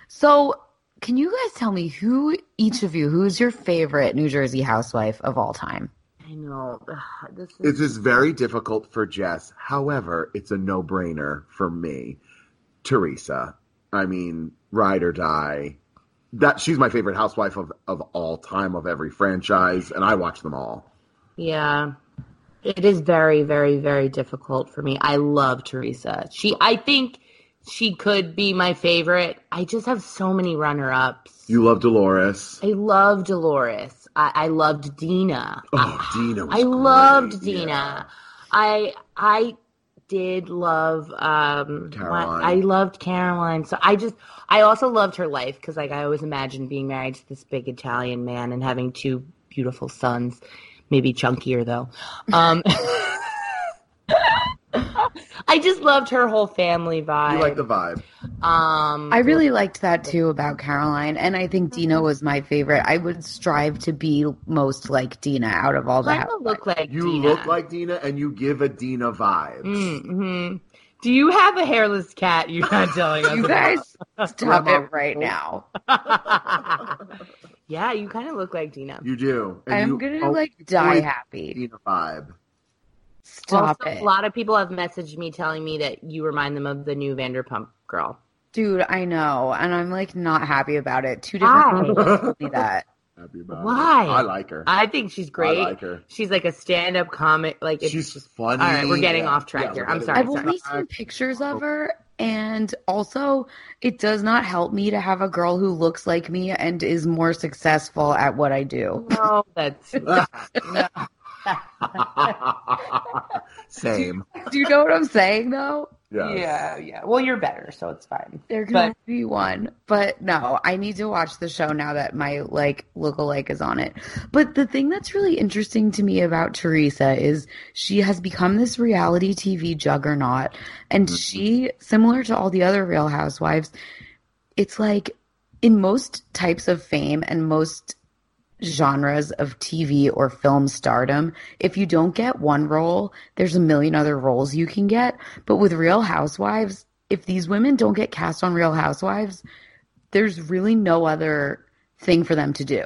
[SPEAKER 1] So, can you guys tell me who, each of you, who's your favorite New Jersey housewife of all time?
[SPEAKER 8] I know. (sighs) Ugh, This is
[SPEAKER 7] It is very difficult for Jess. However, it's a no-brainer for me. Teresa. I mean, ride or die. That she's my favorite housewife of, of all time of every franchise, and I watch them all.
[SPEAKER 8] Yeah. It is very, very, very difficult for me. I love Teresa. She I think she could be my favorite. I just have so many runner ups.
[SPEAKER 7] You love Dolores.
[SPEAKER 8] I love Dolores. I, I loved Dina.
[SPEAKER 7] Oh, Dina. Was
[SPEAKER 8] I
[SPEAKER 7] great.
[SPEAKER 8] loved
[SPEAKER 7] Yeah.
[SPEAKER 8] Dina. I I did love um
[SPEAKER 7] Caroline.
[SPEAKER 8] I loved Caroline. So I just I also loved her life because like I always imagined being married to this big Italian man and having two beautiful sons, maybe chunkier though. Um (laughs) I just loved her whole family vibe.
[SPEAKER 7] You like the vibe.
[SPEAKER 8] um
[SPEAKER 1] I really liked that too about Caroline, and I think
[SPEAKER 8] Mm-hmm.
[SPEAKER 1] Dina was my favorite. I would strive to be most like Dina out of all the
[SPEAKER 8] Lana
[SPEAKER 1] house.
[SPEAKER 8] look like
[SPEAKER 7] You
[SPEAKER 8] Dina.
[SPEAKER 7] look like Dina and you give a Dina vibe.
[SPEAKER 8] Mhm. Do you have a hairless cat (laughs) you're not telling us
[SPEAKER 1] You
[SPEAKER 8] about?
[SPEAKER 1] guys,
[SPEAKER 8] (laughs)
[SPEAKER 1] stop it right now.
[SPEAKER 8] Mm. Yeah, you kind of look like Dina.
[SPEAKER 7] You do. And
[SPEAKER 1] I'm
[SPEAKER 7] you
[SPEAKER 1] gonna,
[SPEAKER 7] always
[SPEAKER 1] like, die
[SPEAKER 7] give
[SPEAKER 1] happy.
[SPEAKER 7] Dina vibe.
[SPEAKER 1] Stop
[SPEAKER 8] Also,
[SPEAKER 1] it,
[SPEAKER 8] A lot of people have messaged me telling me that you remind them of the new Vanderpump girl.
[SPEAKER 1] dude. I know, and I'm like not happy about it. Two different
[SPEAKER 8] Why?
[SPEAKER 1] people told me that.
[SPEAKER 7] Happy about it.
[SPEAKER 8] Why?
[SPEAKER 7] I like her.
[SPEAKER 8] I think she's great.
[SPEAKER 7] I like her.
[SPEAKER 8] She's like a stand-up comic. Like it's
[SPEAKER 7] She's
[SPEAKER 8] just
[SPEAKER 7] funny.
[SPEAKER 8] All right, we're getting
[SPEAKER 7] Yeah.
[SPEAKER 8] off track
[SPEAKER 7] Yeah,
[SPEAKER 8] here.
[SPEAKER 7] we're
[SPEAKER 8] I'm
[SPEAKER 7] getting
[SPEAKER 8] sorry.
[SPEAKER 1] I've
[SPEAKER 7] off
[SPEAKER 8] sorry.
[SPEAKER 1] only seen pictures of her, and also it does not help me to have a girl who looks like me and is more successful at what I do.
[SPEAKER 8] No, that's (laughs)
[SPEAKER 7] (laughs) Same.
[SPEAKER 1] do you know what I'm saying, though?
[SPEAKER 7] Yes.
[SPEAKER 8] yeah, yeah. Well, you're better, so it's fine.
[SPEAKER 1] There can
[SPEAKER 8] But-
[SPEAKER 1] only be one. But no, I need to watch the show now that my like lookalike is on it. But the thing that's really interesting to me about Teresa is she has become this reality TV juggernaut. And she, similar to all the other real housewives, it's like in most types of fame and most genres of TV or film stardom, if you don't get one role, there's a million other roles you can get. But with Real Housewives, if these women don't get cast on Real Housewives, there's really no other thing for them to do.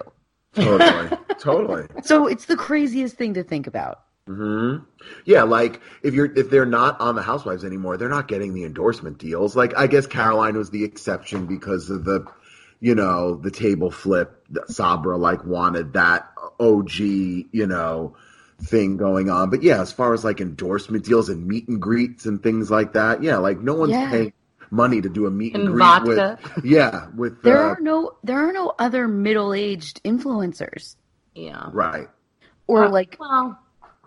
[SPEAKER 7] Totally. totally.
[SPEAKER 1] So it's the craziest thing to think about.
[SPEAKER 7] hmm Yeah, like if you're if they're not on the Housewives anymore, they're not getting the endorsement deals. Like I guess Caroline was the exception because of the, you know, the table flip. that Sabra like wanted that OG, you know, thing going on. But yeah, as far as like endorsement deals and meet and greets and things like that, yeah, like no one's
[SPEAKER 1] Yeah.
[SPEAKER 7] paying money to do a meet and,
[SPEAKER 8] And
[SPEAKER 7] greet
[SPEAKER 8] vodka.
[SPEAKER 7] with. Yeah, with
[SPEAKER 1] There
[SPEAKER 7] uh,
[SPEAKER 1] are no there are no other middle-aged influencers
[SPEAKER 8] yeah. Uh,
[SPEAKER 7] right.
[SPEAKER 1] or like
[SPEAKER 8] Well,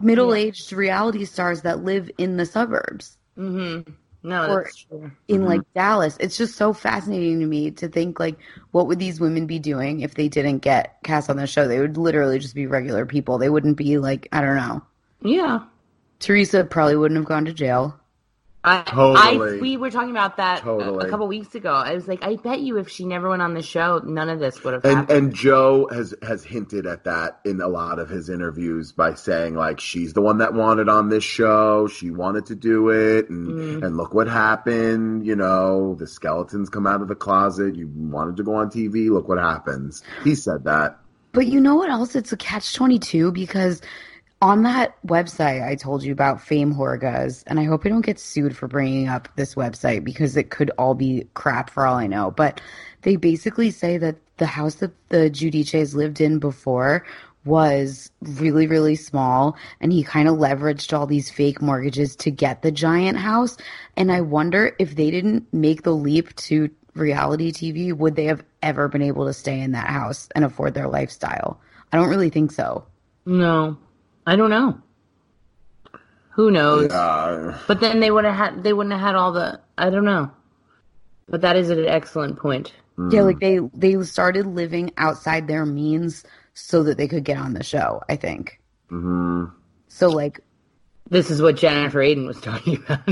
[SPEAKER 1] middle-aged reality stars that live in the suburbs.
[SPEAKER 8] mm-hmm. no,
[SPEAKER 1] Or-
[SPEAKER 8] that's true.
[SPEAKER 1] in like Dallas. It's just so fascinating to me to think like what would these women be doing if they didn't get cast on the show? They would literally just be regular people. They wouldn't be like I don't know.
[SPEAKER 8] Yeah.
[SPEAKER 1] Teresa probably wouldn't have gone to jail.
[SPEAKER 8] I,
[SPEAKER 7] Totally.
[SPEAKER 8] I we were talking about that a-
[SPEAKER 7] Totally.
[SPEAKER 8] a couple weeks ago. I was like, I bet you if she never went on the show, none of this would have
[SPEAKER 7] and
[SPEAKER 8] happened.
[SPEAKER 7] and Joe has has hinted at that in a lot of his interviews by saying like she's the one that wanted on this show, she wanted to do it, and and look what happened. You know, the skeletons come out of the closet. You wanted to go on TV. Look what happens. He said that.
[SPEAKER 1] But you know what else? It's a catch twenty two because on that website I told you about Fame Horgas, and I hope I don't get sued for bringing up this website because it could all be crap for all I know. But they basically say that the house that the Judices lived in before was really really small and he kind of leveraged all these fake mortgages to get the giant house and i wonder if they didn't make the leap to reality tv would they have ever been able to stay in that house and afford their lifestyle i don't really think so
[SPEAKER 8] no, I don't know. Who knows?
[SPEAKER 7] Uh,
[SPEAKER 8] But then they would have had they wouldn't have had all the I don't know. But that is an excellent point.
[SPEAKER 7] Hmm.
[SPEAKER 1] Yeah, like they they started living outside their means so that they could get on the show. I think.
[SPEAKER 7] Mm-hmm.
[SPEAKER 1] So like,
[SPEAKER 8] This is what Jennifer Aiden was (laughs) talking about.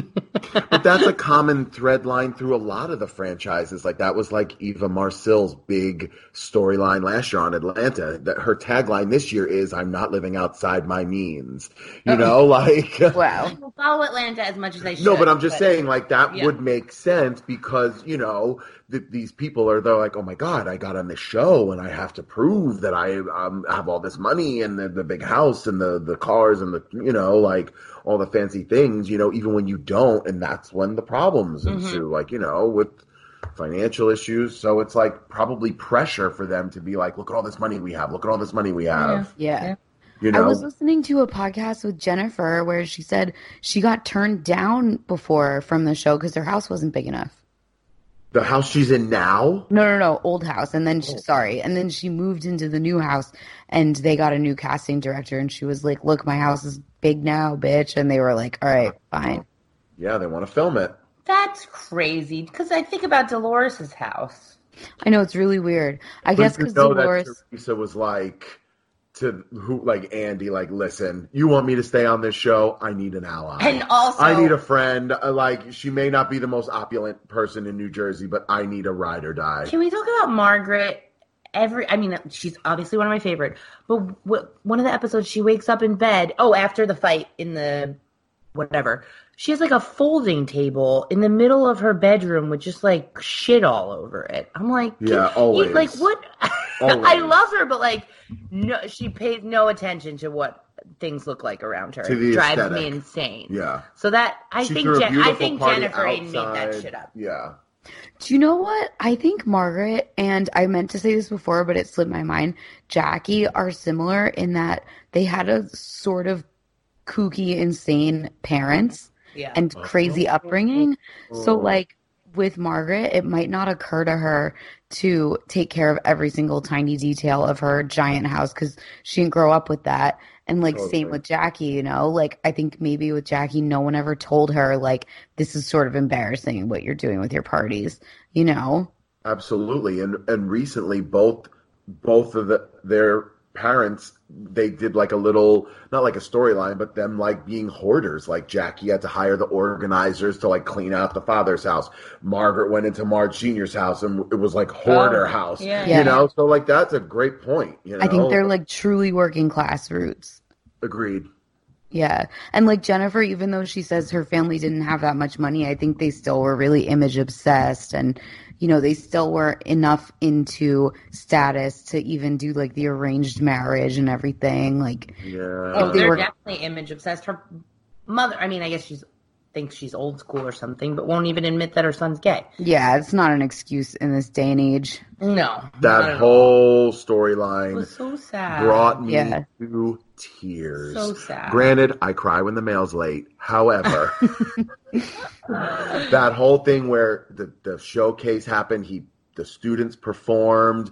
[SPEAKER 7] but that's a common thread line through a lot of the franchises. Like that was like Eva Marcille's big storyline last year on Atlanta. That her tagline this year is "I'm not living outside my means." You know, (laughs) like
[SPEAKER 1] wow,
[SPEAKER 8] will follow Atlanta as much as I should.
[SPEAKER 7] No, but I'm just saying, like that
[SPEAKER 8] Yeah.
[SPEAKER 7] would make sense because you know th- these people are they're like, oh my god, I got on this show and I have to prove that I um, have all this money and the, the big house and the the cars and the you know like all the fancy things. You know, even when you don't, and that's when the problems ensue. Like you know with financial issues, so it's like probably pressure for them to be like, look at all this money we have, look at all this money we have.
[SPEAKER 1] yeah.
[SPEAKER 7] You know,
[SPEAKER 1] I was listening to a podcast with Jennifer where she said she got turned down before from the show because their house wasn't big enough.
[SPEAKER 7] The house she's in now?
[SPEAKER 1] No, no, no, old house. And then, she, sorry, and then she moved into the new house, and they got a new casting director, and she was like, "Look, my house is big now, bitch." And they were like, "All right, fine."
[SPEAKER 7] Yeah, they want to film it.
[SPEAKER 8] That's crazy because I think about Dolores's house.
[SPEAKER 1] I know it's really weird. I
[SPEAKER 7] But
[SPEAKER 1] guess
[SPEAKER 7] you
[SPEAKER 1] because
[SPEAKER 7] know that
[SPEAKER 1] Dolores,
[SPEAKER 7] Teresa was like to who like Andy, like, listen, you want me to stay on this show? I need an ally.
[SPEAKER 8] And also-
[SPEAKER 7] I need a friend. Uh, Like, she may not be the most opulent person in New Jersey, but I need a ride or die.
[SPEAKER 8] Can we talk about Margaret? Every, I mean, she's obviously one of my favorite. But w- one of the episodes, she wakes up in bed. Oh, after the fight in the whatever, she has like a folding table in the middle of her bedroom with just like shit all over it. I'm like,
[SPEAKER 7] Yeah,
[SPEAKER 8] you-
[SPEAKER 7] always.
[SPEAKER 8] Like what? (laughs)
[SPEAKER 7] Always.
[SPEAKER 8] I love her, but like, no, she pays no attention to what things look like around her.
[SPEAKER 7] To the
[SPEAKER 8] It drives me
[SPEAKER 7] aesthetic.
[SPEAKER 8] insane.
[SPEAKER 7] Yeah.
[SPEAKER 8] So that I
[SPEAKER 7] She
[SPEAKER 8] think
[SPEAKER 7] threw a
[SPEAKER 8] Jen- I
[SPEAKER 7] beautiful
[SPEAKER 8] think
[SPEAKER 7] party
[SPEAKER 8] Jennifer Aiden made that
[SPEAKER 7] outside.
[SPEAKER 8] shit up.
[SPEAKER 7] Yeah.
[SPEAKER 1] do you know what? I think Margaret and I meant to say this before, but it slipped my mind. Jackie are similar in that they had a sort of kooky, insane parents
[SPEAKER 8] Yeah.
[SPEAKER 1] and
[SPEAKER 7] Uh-huh.
[SPEAKER 1] crazy upbringing. So,
[SPEAKER 7] Mm. Oh.
[SPEAKER 1] like with Margaret, it might not occur to her to take care of every single tiny detail of her giant house because she didn't grow up with that. And like, same with Jackie, you know, like I think maybe with Jackie, no one ever told her, like, this is sort of embarrassing what you're doing with your parties, you know?
[SPEAKER 7] Absolutely, and and recently both both of the, their parents they did like a little not like a storyline, but them like being hoarders. Like Jackie had to hire the organizers to like clean out the father's house. Margaret went into Marge Junior's house, and it was like hoarder
[SPEAKER 8] Oh,
[SPEAKER 7] house.
[SPEAKER 8] yeah.
[SPEAKER 7] you
[SPEAKER 1] Yeah.
[SPEAKER 7] know. So like that's a great point. You know,
[SPEAKER 1] I think they're like truly working class roots.
[SPEAKER 7] agreed.
[SPEAKER 1] Yeah. And like Jennifer, even though she says her family didn't have that much money, I think they still were really image obsessed and, you know, they still were enough into status to even do like the arranged marriage and everything. Like,
[SPEAKER 7] Yeah,
[SPEAKER 8] Oh,
[SPEAKER 1] If they
[SPEAKER 8] they're
[SPEAKER 1] were-
[SPEAKER 8] definitely image obsessed. Her mother, I mean, I guess she's thinks she's old school or something, but won't even admit that her son's gay.
[SPEAKER 1] yeah, it's not an excuse in this day and age.
[SPEAKER 8] No, not
[SPEAKER 7] that
[SPEAKER 8] at all.
[SPEAKER 7] whole
[SPEAKER 8] It
[SPEAKER 7] storyline
[SPEAKER 8] was so sad.
[SPEAKER 7] brought me
[SPEAKER 1] Yeah.
[SPEAKER 7] to tears.
[SPEAKER 8] So sad.
[SPEAKER 7] Granted, I cry when the mail's late.
[SPEAKER 1] (laughs)
[SPEAKER 7] However, that whole thing where the, the showcase happened, he the students performed,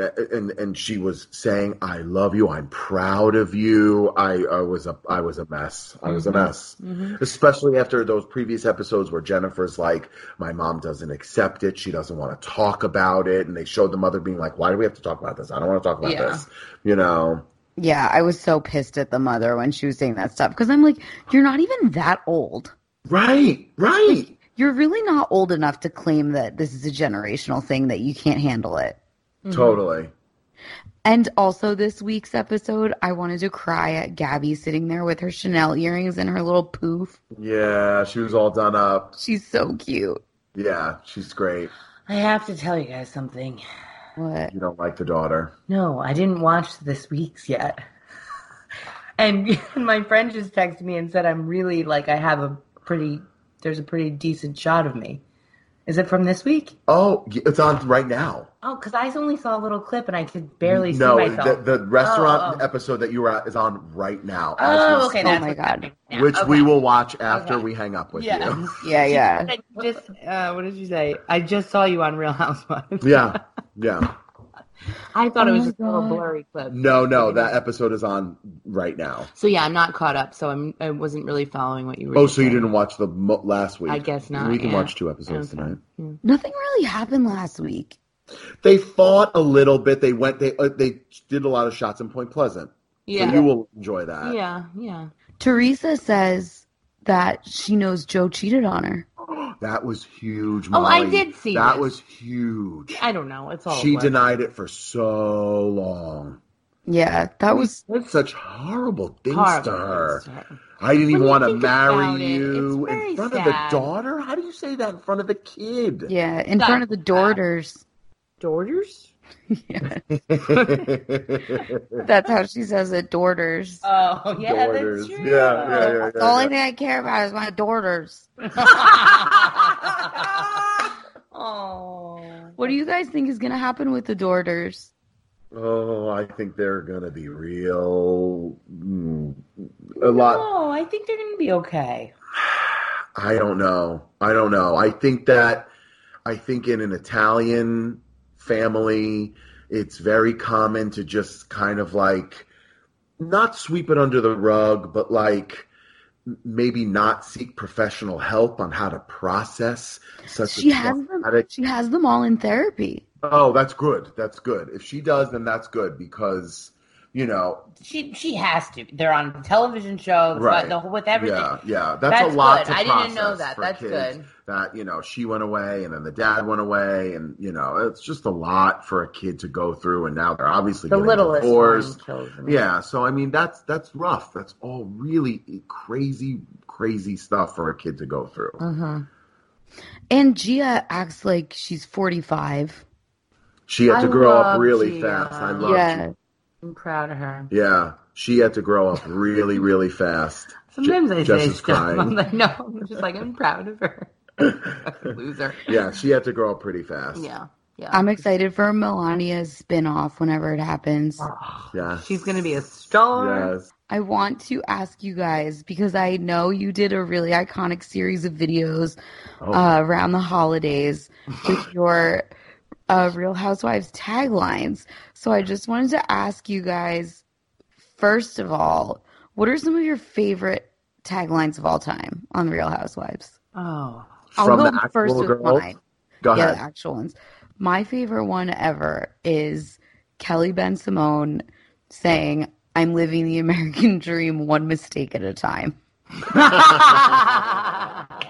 [SPEAKER 7] uh, and and she was saying, "I love you. I'm proud of you." I, I was a I was a mess. I was a mess, especially after those previous episodes where Jennifer's like, "My mom doesn't accept it. She doesn't want to talk about it," and they showed the mother being like, "Why do we have to talk about this? I don't want to talk about
[SPEAKER 8] Yeah.
[SPEAKER 7] this." You know.
[SPEAKER 1] Yeah, I was so pissed at the mother when she was saying that stuff because I'm like, you're not even that old.
[SPEAKER 7] Right, right.
[SPEAKER 1] You're really not old enough to claim that this is a generational thing that you can't handle it.
[SPEAKER 7] Totally.
[SPEAKER 1] And also, this week's episode, I wanted to cry at Gabby sitting there with her Chanel earrings and her little poof.
[SPEAKER 7] Yeah, she was all done up.
[SPEAKER 1] She's so cute.
[SPEAKER 7] Yeah, she's great.
[SPEAKER 8] I have to tell you guys something.
[SPEAKER 1] What?
[SPEAKER 7] You don't like the daughter.
[SPEAKER 8] No, I didn't watch this week's yet. And (laughs) my friend just texted me and said I'm really like I have a pretty there's a pretty decent shot of me. Is it from this week?
[SPEAKER 7] Oh, y- it's on right now.
[SPEAKER 8] Oh, because I only saw a little clip and I could barely
[SPEAKER 7] No,
[SPEAKER 8] see myself.
[SPEAKER 7] the, the restaurant
[SPEAKER 8] Oh, oh.
[SPEAKER 7] episode that you were at is on right now. as
[SPEAKER 8] Oh, okay.
[SPEAKER 7] we speak,
[SPEAKER 8] That's
[SPEAKER 1] oh my
[SPEAKER 8] what's
[SPEAKER 1] god.
[SPEAKER 8] now.
[SPEAKER 7] Which we
[SPEAKER 8] Okay.
[SPEAKER 7] will watch after
[SPEAKER 8] Okay.
[SPEAKER 7] we hang up with
[SPEAKER 8] Yeah. (laughs)
[SPEAKER 7] you.
[SPEAKER 1] Yeah, yeah.
[SPEAKER 8] I just uh, what did you say? I just saw you on Real Housewives.
[SPEAKER 7] yeah, yeah.
[SPEAKER 8] I thought it
[SPEAKER 1] Oh
[SPEAKER 8] was
[SPEAKER 1] my
[SPEAKER 8] just a little
[SPEAKER 1] God.
[SPEAKER 8] blurry clip.
[SPEAKER 7] No, no, that episode is on right now.
[SPEAKER 8] So yeah, I'm not caught up. So I'm I wasn't really following what you were.
[SPEAKER 7] Oh,
[SPEAKER 8] just
[SPEAKER 7] so you
[SPEAKER 8] saying.
[SPEAKER 7] didn't watch the mo- last week?
[SPEAKER 8] I guess not,
[SPEAKER 7] We can
[SPEAKER 8] yeah.
[SPEAKER 7] watch two episodes
[SPEAKER 8] Okay.
[SPEAKER 7] tonight.
[SPEAKER 1] Nothing really happened last week.
[SPEAKER 7] They fought a little bit. They went. They uh, they did a lot of shots in Point Pleasant.
[SPEAKER 8] Yeah.
[SPEAKER 7] so you will enjoy that.
[SPEAKER 8] Yeah, yeah.
[SPEAKER 1] Teresa says that she knows Joe cheated on her.
[SPEAKER 7] (gasps) That was huge.
[SPEAKER 8] Oh, I
[SPEAKER 7] Molly.
[SPEAKER 8] did see
[SPEAKER 7] that.
[SPEAKER 8] this.
[SPEAKER 7] was huge.
[SPEAKER 8] I don't know. It's all
[SPEAKER 7] she
[SPEAKER 8] blurry.
[SPEAKER 7] denied it for so long.
[SPEAKER 1] Yeah, that was
[SPEAKER 7] That's such horrible things
[SPEAKER 8] Horrible
[SPEAKER 7] to her.
[SPEAKER 8] things to her.
[SPEAKER 7] I didn't
[SPEAKER 8] When
[SPEAKER 7] even
[SPEAKER 8] you
[SPEAKER 7] want to
[SPEAKER 8] think about
[SPEAKER 7] marry
[SPEAKER 8] it,
[SPEAKER 7] you
[SPEAKER 8] it's
[SPEAKER 7] in
[SPEAKER 8] very
[SPEAKER 7] front of the
[SPEAKER 8] sad.
[SPEAKER 7] daughter. How do you say that in front of the kid?
[SPEAKER 8] (laughs)
[SPEAKER 1] yeah, in front of the daughters.
[SPEAKER 8] daughters.
[SPEAKER 1] Yeah. That's how she says it, daughters.
[SPEAKER 8] Oh yeah,
[SPEAKER 7] Daughters.
[SPEAKER 8] that's
[SPEAKER 7] Yeah,
[SPEAKER 8] true. (laughs)
[SPEAKER 7] yeah, yeah,
[SPEAKER 1] That's the only thing I care about is my daughters.
[SPEAKER 8] oh,
[SPEAKER 1] What do you guys think is gonna happen with the daughters?
[SPEAKER 7] (laughs) Oh, I think they're gonna be real. mm, A lot.
[SPEAKER 8] No, I think they're gonna be okay.
[SPEAKER 7] I don't know. I don't know. I think that I think in an Italian family, it's very common to just kind of like not sweep it under the rug, but like maybe not seek professional help on how to process such
[SPEAKER 1] She
[SPEAKER 7] a
[SPEAKER 1] has them.
[SPEAKER 7] traumatic-
[SPEAKER 1] She has them all in therapy.
[SPEAKER 7] Oh, that's good. That's good. If she does, then that's good because you know
[SPEAKER 8] She she has to. They're on a television show. it's
[SPEAKER 7] Right.
[SPEAKER 8] about the- with everything.
[SPEAKER 7] Yeah, yeah, that's, a lot.
[SPEAKER 8] good.
[SPEAKER 7] to
[SPEAKER 8] I didn't know
[SPEAKER 7] process
[SPEAKER 8] that.
[SPEAKER 7] for
[SPEAKER 8] That's
[SPEAKER 7] kids
[SPEAKER 8] good.
[SPEAKER 7] That you know, she went away, and then the dad went away, and you know, it's just a lot for a kid to go through. And now they're obviously
[SPEAKER 8] The
[SPEAKER 7] getting
[SPEAKER 8] littlest one
[SPEAKER 7] divorced.
[SPEAKER 8] kills them.
[SPEAKER 7] Yeah, so I mean, that's that's rough. That's all really crazy, crazy stuff for a kid to go through.
[SPEAKER 8] Mm-hmm.
[SPEAKER 1] Uh-huh. And Gia acts like she's 45.
[SPEAKER 7] She had to
[SPEAKER 8] I
[SPEAKER 7] grow up
[SPEAKER 8] love
[SPEAKER 7] really
[SPEAKER 8] Gia.
[SPEAKER 7] fast. I love.
[SPEAKER 1] yeah.
[SPEAKER 7] Gia.
[SPEAKER 8] I'm proud of her.
[SPEAKER 7] yeah. She had to grow up really,
[SPEAKER 8] (laughs)
[SPEAKER 7] really fast.
[SPEAKER 8] Sometimes (laughs) I
[SPEAKER 7] Jess
[SPEAKER 8] say
[SPEAKER 7] is
[SPEAKER 8] stuff. I'm
[SPEAKER 7] crying.
[SPEAKER 8] like, no, I'm just like I'm proud of
[SPEAKER 7] (laughs)
[SPEAKER 8] her. Loser.
[SPEAKER 7] Yeah, she had to grow up pretty fast.
[SPEAKER 8] Yeah. Yeah.
[SPEAKER 1] I'm excited for Melania's spinoff whenever it happens.
[SPEAKER 7] Yeah.
[SPEAKER 8] She's gonna be a star.
[SPEAKER 7] Yes.
[SPEAKER 1] I want to ask you guys because I know you did a really iconic series of videos
[SPEAKER 7] Oh.
[SPEAKER 1] uh, around the holidays
[SPEAKER 7] (sighs)
[SPEAKER 1] with your uh, Real Housewives taglines. So I just wanted to ask you guys, first of all, what are some of your favorite taglines of all time on Real Housewives?
[SPEAKER 8] Oh.
[SPEAKER 1] I'll
[SPEAKER 7] From
[SPEAKER 1] go
[SPEAKER 7] the
[SPEAKER 1] first
[SPEAKER 7] actual
[SPEAKER 1] with
[SPEAKER 7] girls?
[SPEAKER 1] mine.
[SPEAKER 7] Go
[SPEAKER 1] yeah,
[SPEAKER 7] ahead.
[SPEAKER 1] the actual ones. My favorite one ever is Kelly Ben Simone saying, I'm living the American (laughs) dream one mistake at a time.
[SPEAKER 8] Oh.
[SPEAKER 7] (laughs)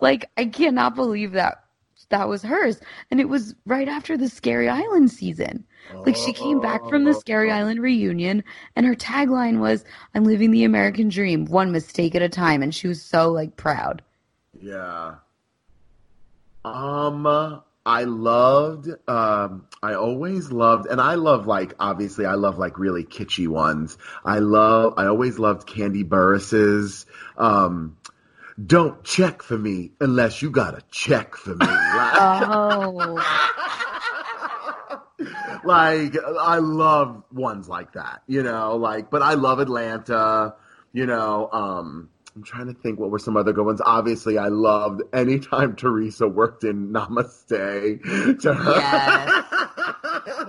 [SPEAKER 1] Like, I cannot believe that that was hers. And it was right after the Scary Island season. Like, she came back from the
[SPEAKER 7] Oh.
[SPEAKER 1] Scary Island reunion, and her tagline was, I'm living the American dream one mistake at a time. And she was so, like,
[SPEAKER 7] (laughs)
[SPEAKER 1] proud.
[SPEAKER 7] Yeah. Um, I loved. Um, I always loved, and I love like obviously I love like really kitschy ones. I love. I always loved Candy Burris's. Um, don't check for me unless you got a check for me. Like,
[SPEAKER 1] Oh.
[SPEAKER 7] (laughs) like, I love ones like that, you know. Like, but I love Atlanta. You know, um, I'm trying to think what were some other good ones. Obviously, I loved anytime Teresa worked in Namaste to her.
[SPEAKER 8] Yes.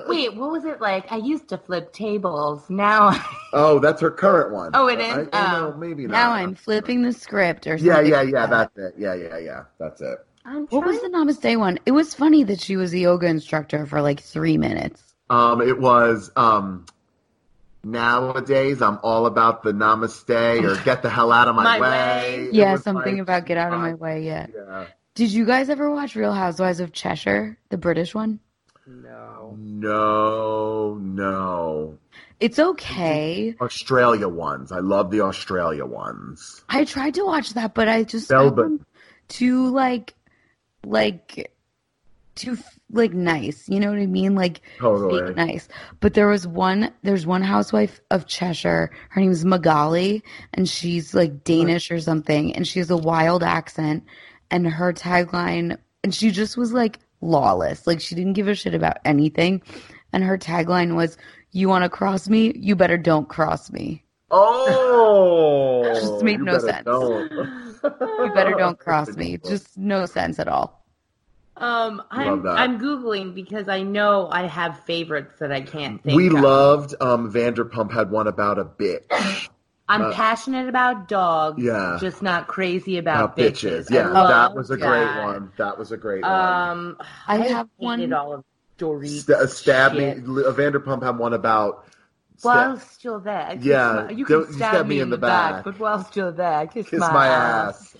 [SPEAKER 8] Wait, what was it like? I used to flip tables. Now
[SPEAKER 7] (laughs) Oh, that's her current one.
[SPEAKER 8] Oh, it is?
[SPEAKER 7] I, oh,
[SPEAKER 8] Oh.
[SPEAKER 7] no, maybe not.
[SPEAKER 1] Now I'm flipping the script or
[SPEAKER 7] Yeah,
[SPEAKER 1] something.
[SPEAKER 7] yeah,
[SPEAKER 1] like
[SPEAKER 7] yeah.
[SPEAKER 1] that.
[SPEAKER 7] That's it. Yeah, yeah, yeah. That's it.
[SPEAKER 8] I'm
[SPEAKER 1] What was the Namaste one? It was funny that she was a yoga instructor for like three minutes.
[SPEAKER 7] Um, it was um, nowadays I'm all about the namaste
[SPEAKER 8] (laughs)
[SPEAKER 7] or get the hell out of my,
[SPEAKER 8] My
[SPEAKER 7] way.
[SPEAKER 8] way.
[SPEAKER 7] It
[SPEAKER 1] Yeah,
[SPEAKER 7] was
[SPEAKER 1] something
[SPEAKER 7] like-
[SPEAKER 1] about get out of my way. Yeah.
[SPEAKER 7] Yeah.
[SPEAKER 1] Did you guys ever watch Real Housewives of Cheshire, the British one?
[SPEAKER 8] No.
[SPEAKER 7] No, no.
[SPEAKER 1] It's okay.
[SPEAKER 7] Australia ones. I love the Australia ones.
[SPEAKER 1] I tried to watch that, but I just
[SPEAKER 7] Melbourne.
[SPEAKER 1] found them too like, like, too like nice. You know what I mean? Like
[SPEAKER 7] Totally.
[SPEAKER 1] fake nice. But there was one. There's one housewife of Cheshire. Her name's Magali, and she's like Danish or something, and she has a wild accent. And her tagline, and she just was like lawless. Like she didn't give a shit about anything. And her tagline was, "You want to cross me? You better don't cross me.
[SPEAKER 7] Oh,
[SPEAKER 1] (laughs) Just made
[SPEAKER 7] you
[SPEAKER 1] no
[SPEAKER 7] better
[SPEAKER 1] sense.
[SPEAKER 7] don't.
[SPEAKER 1] You better don't cross me. Just no sense at all."
[SPEAKER 8] (laughs) Um, I'm
[SPEAKER 7] that.
[SPEAKER 8] I'm googling because I know I have favorites that I can't think.
[SPEAKER 7] we
[SPEAKER 8] of.
[SPEAKER 7] loved um, Vanderpump had one about a bitch.
[SPEAKER 8] I'm passionate about dogs.
[SPEAKER 7] Yeah.
[SPEAKER 8] Just not crazy
[SPEAKER 7] About
[SPEAKER 8] about
[SPEAKER 7] bitches.
[SPEAKER 8] bitches.
[SPEAKER 7] Yeah,
[SPEAKER 8] I
[SPEAKER 7] that
[SPEAKER 8] love
[SPEAKER 7] was a great
[SPEAKER 8] that.
[SPEAKER 7] one. That was a great one.
[SPEAKER 8] Um,
[SPEAKER 1] I
[SPEAKER 8] I,
[SPEAKER 1] have
[SPEAKER 8] have
[SPEAKER 1] one-
[SPEAKER 8] one. All of Dorit.
[SPEAKER 7] St- uh, stab me.
[SPEAKER 8] shit.
[SPEAKER 7] L- uh, Vanderpump had one about. sta-
[SPEAKER 8] While still there, I kiss
[SPEAKER 7] Yeah,
[SPEAKER 8] my- you
[SPEAKER 7] don't-
[SPEAKER 8] can stab, me, in the back, but while still there, I kiss,
[SPEAKER 7] kiss my ass.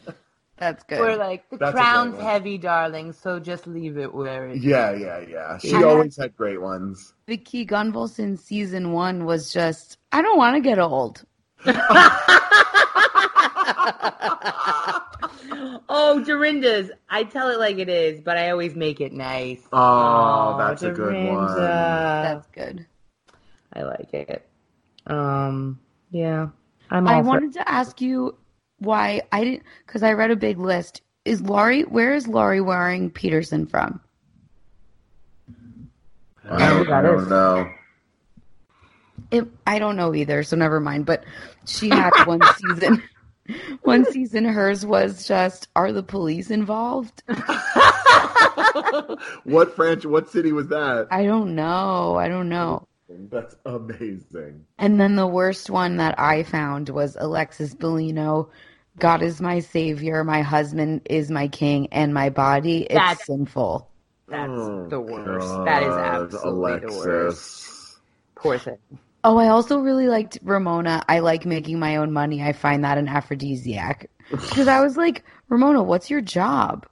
[SPEAKER 1] That's good.
[SPEAKER 8] Or like the
[SPEAKER 7] That's a great
[SPEAKER 8] crown's
[SPEAKER 7] one.
[SPEAKER 8] heavy, darling, so just leave it where it is.
[SPEAKER 7] Yeah, yeah, yeah. She
[SPEAKER 1] Yeah.
[SPEAKER 7] always had great ones.
[SPEAKER 1] Vicky Gunvalson season one was just, I don't want to get old.
[SPEAKER 8] (laughs) Oh, Dorinda's. I tell it like it is, but I always make it nice.
[SPEAKER 7] Oh, that's a good
[SPEAKER 8] Dorinda.
[SPEAKER 7] one.
[SPEAKER 8] Uh,
[SPEAKER 1] That's good.
[SPEAKER 8] I like it. Um, yeah. I'm all
[SPEAKER 1] I
[SPEAKER 8] for-
[SPEAKER 1] wanted to ask you why I didn't, because I read a big list. Is Laurie, where is Laurie wearing Peterson from?
[SPEAKER 7] I don't, I don't know.
[SPEAKER 1] It, I don't know either, so never mind. But she
[SPEAKER 8] (laughs)
[SPEAKER 1] had one season. One season, hers was just, are the police involved?
[SPEAKER 8] (laughs)
[SPEAKER 7] what French? What city was that?
[SPEAKER 1] I don't know. I don't know.
[SPEAKER 7] That's amazing.
[SPEAKER 1] And then the worst one that I found was Alexis Bellino. God is my savior, my husband is my king, and my body is
[SPEAKER 8] That's-
[SPEAKER 1] sinful.
[SPEAKER 8] That's the worst. that is
[SPEAKER 7] Oh, God,
[SPEAKER 8] absolutely the worst. Poor thing.
[SPEAKER 1] Oh, I also really liked Ramona. I like making my own money. I find that an aphrodisiac. Because I was like, Ramona, what's your job?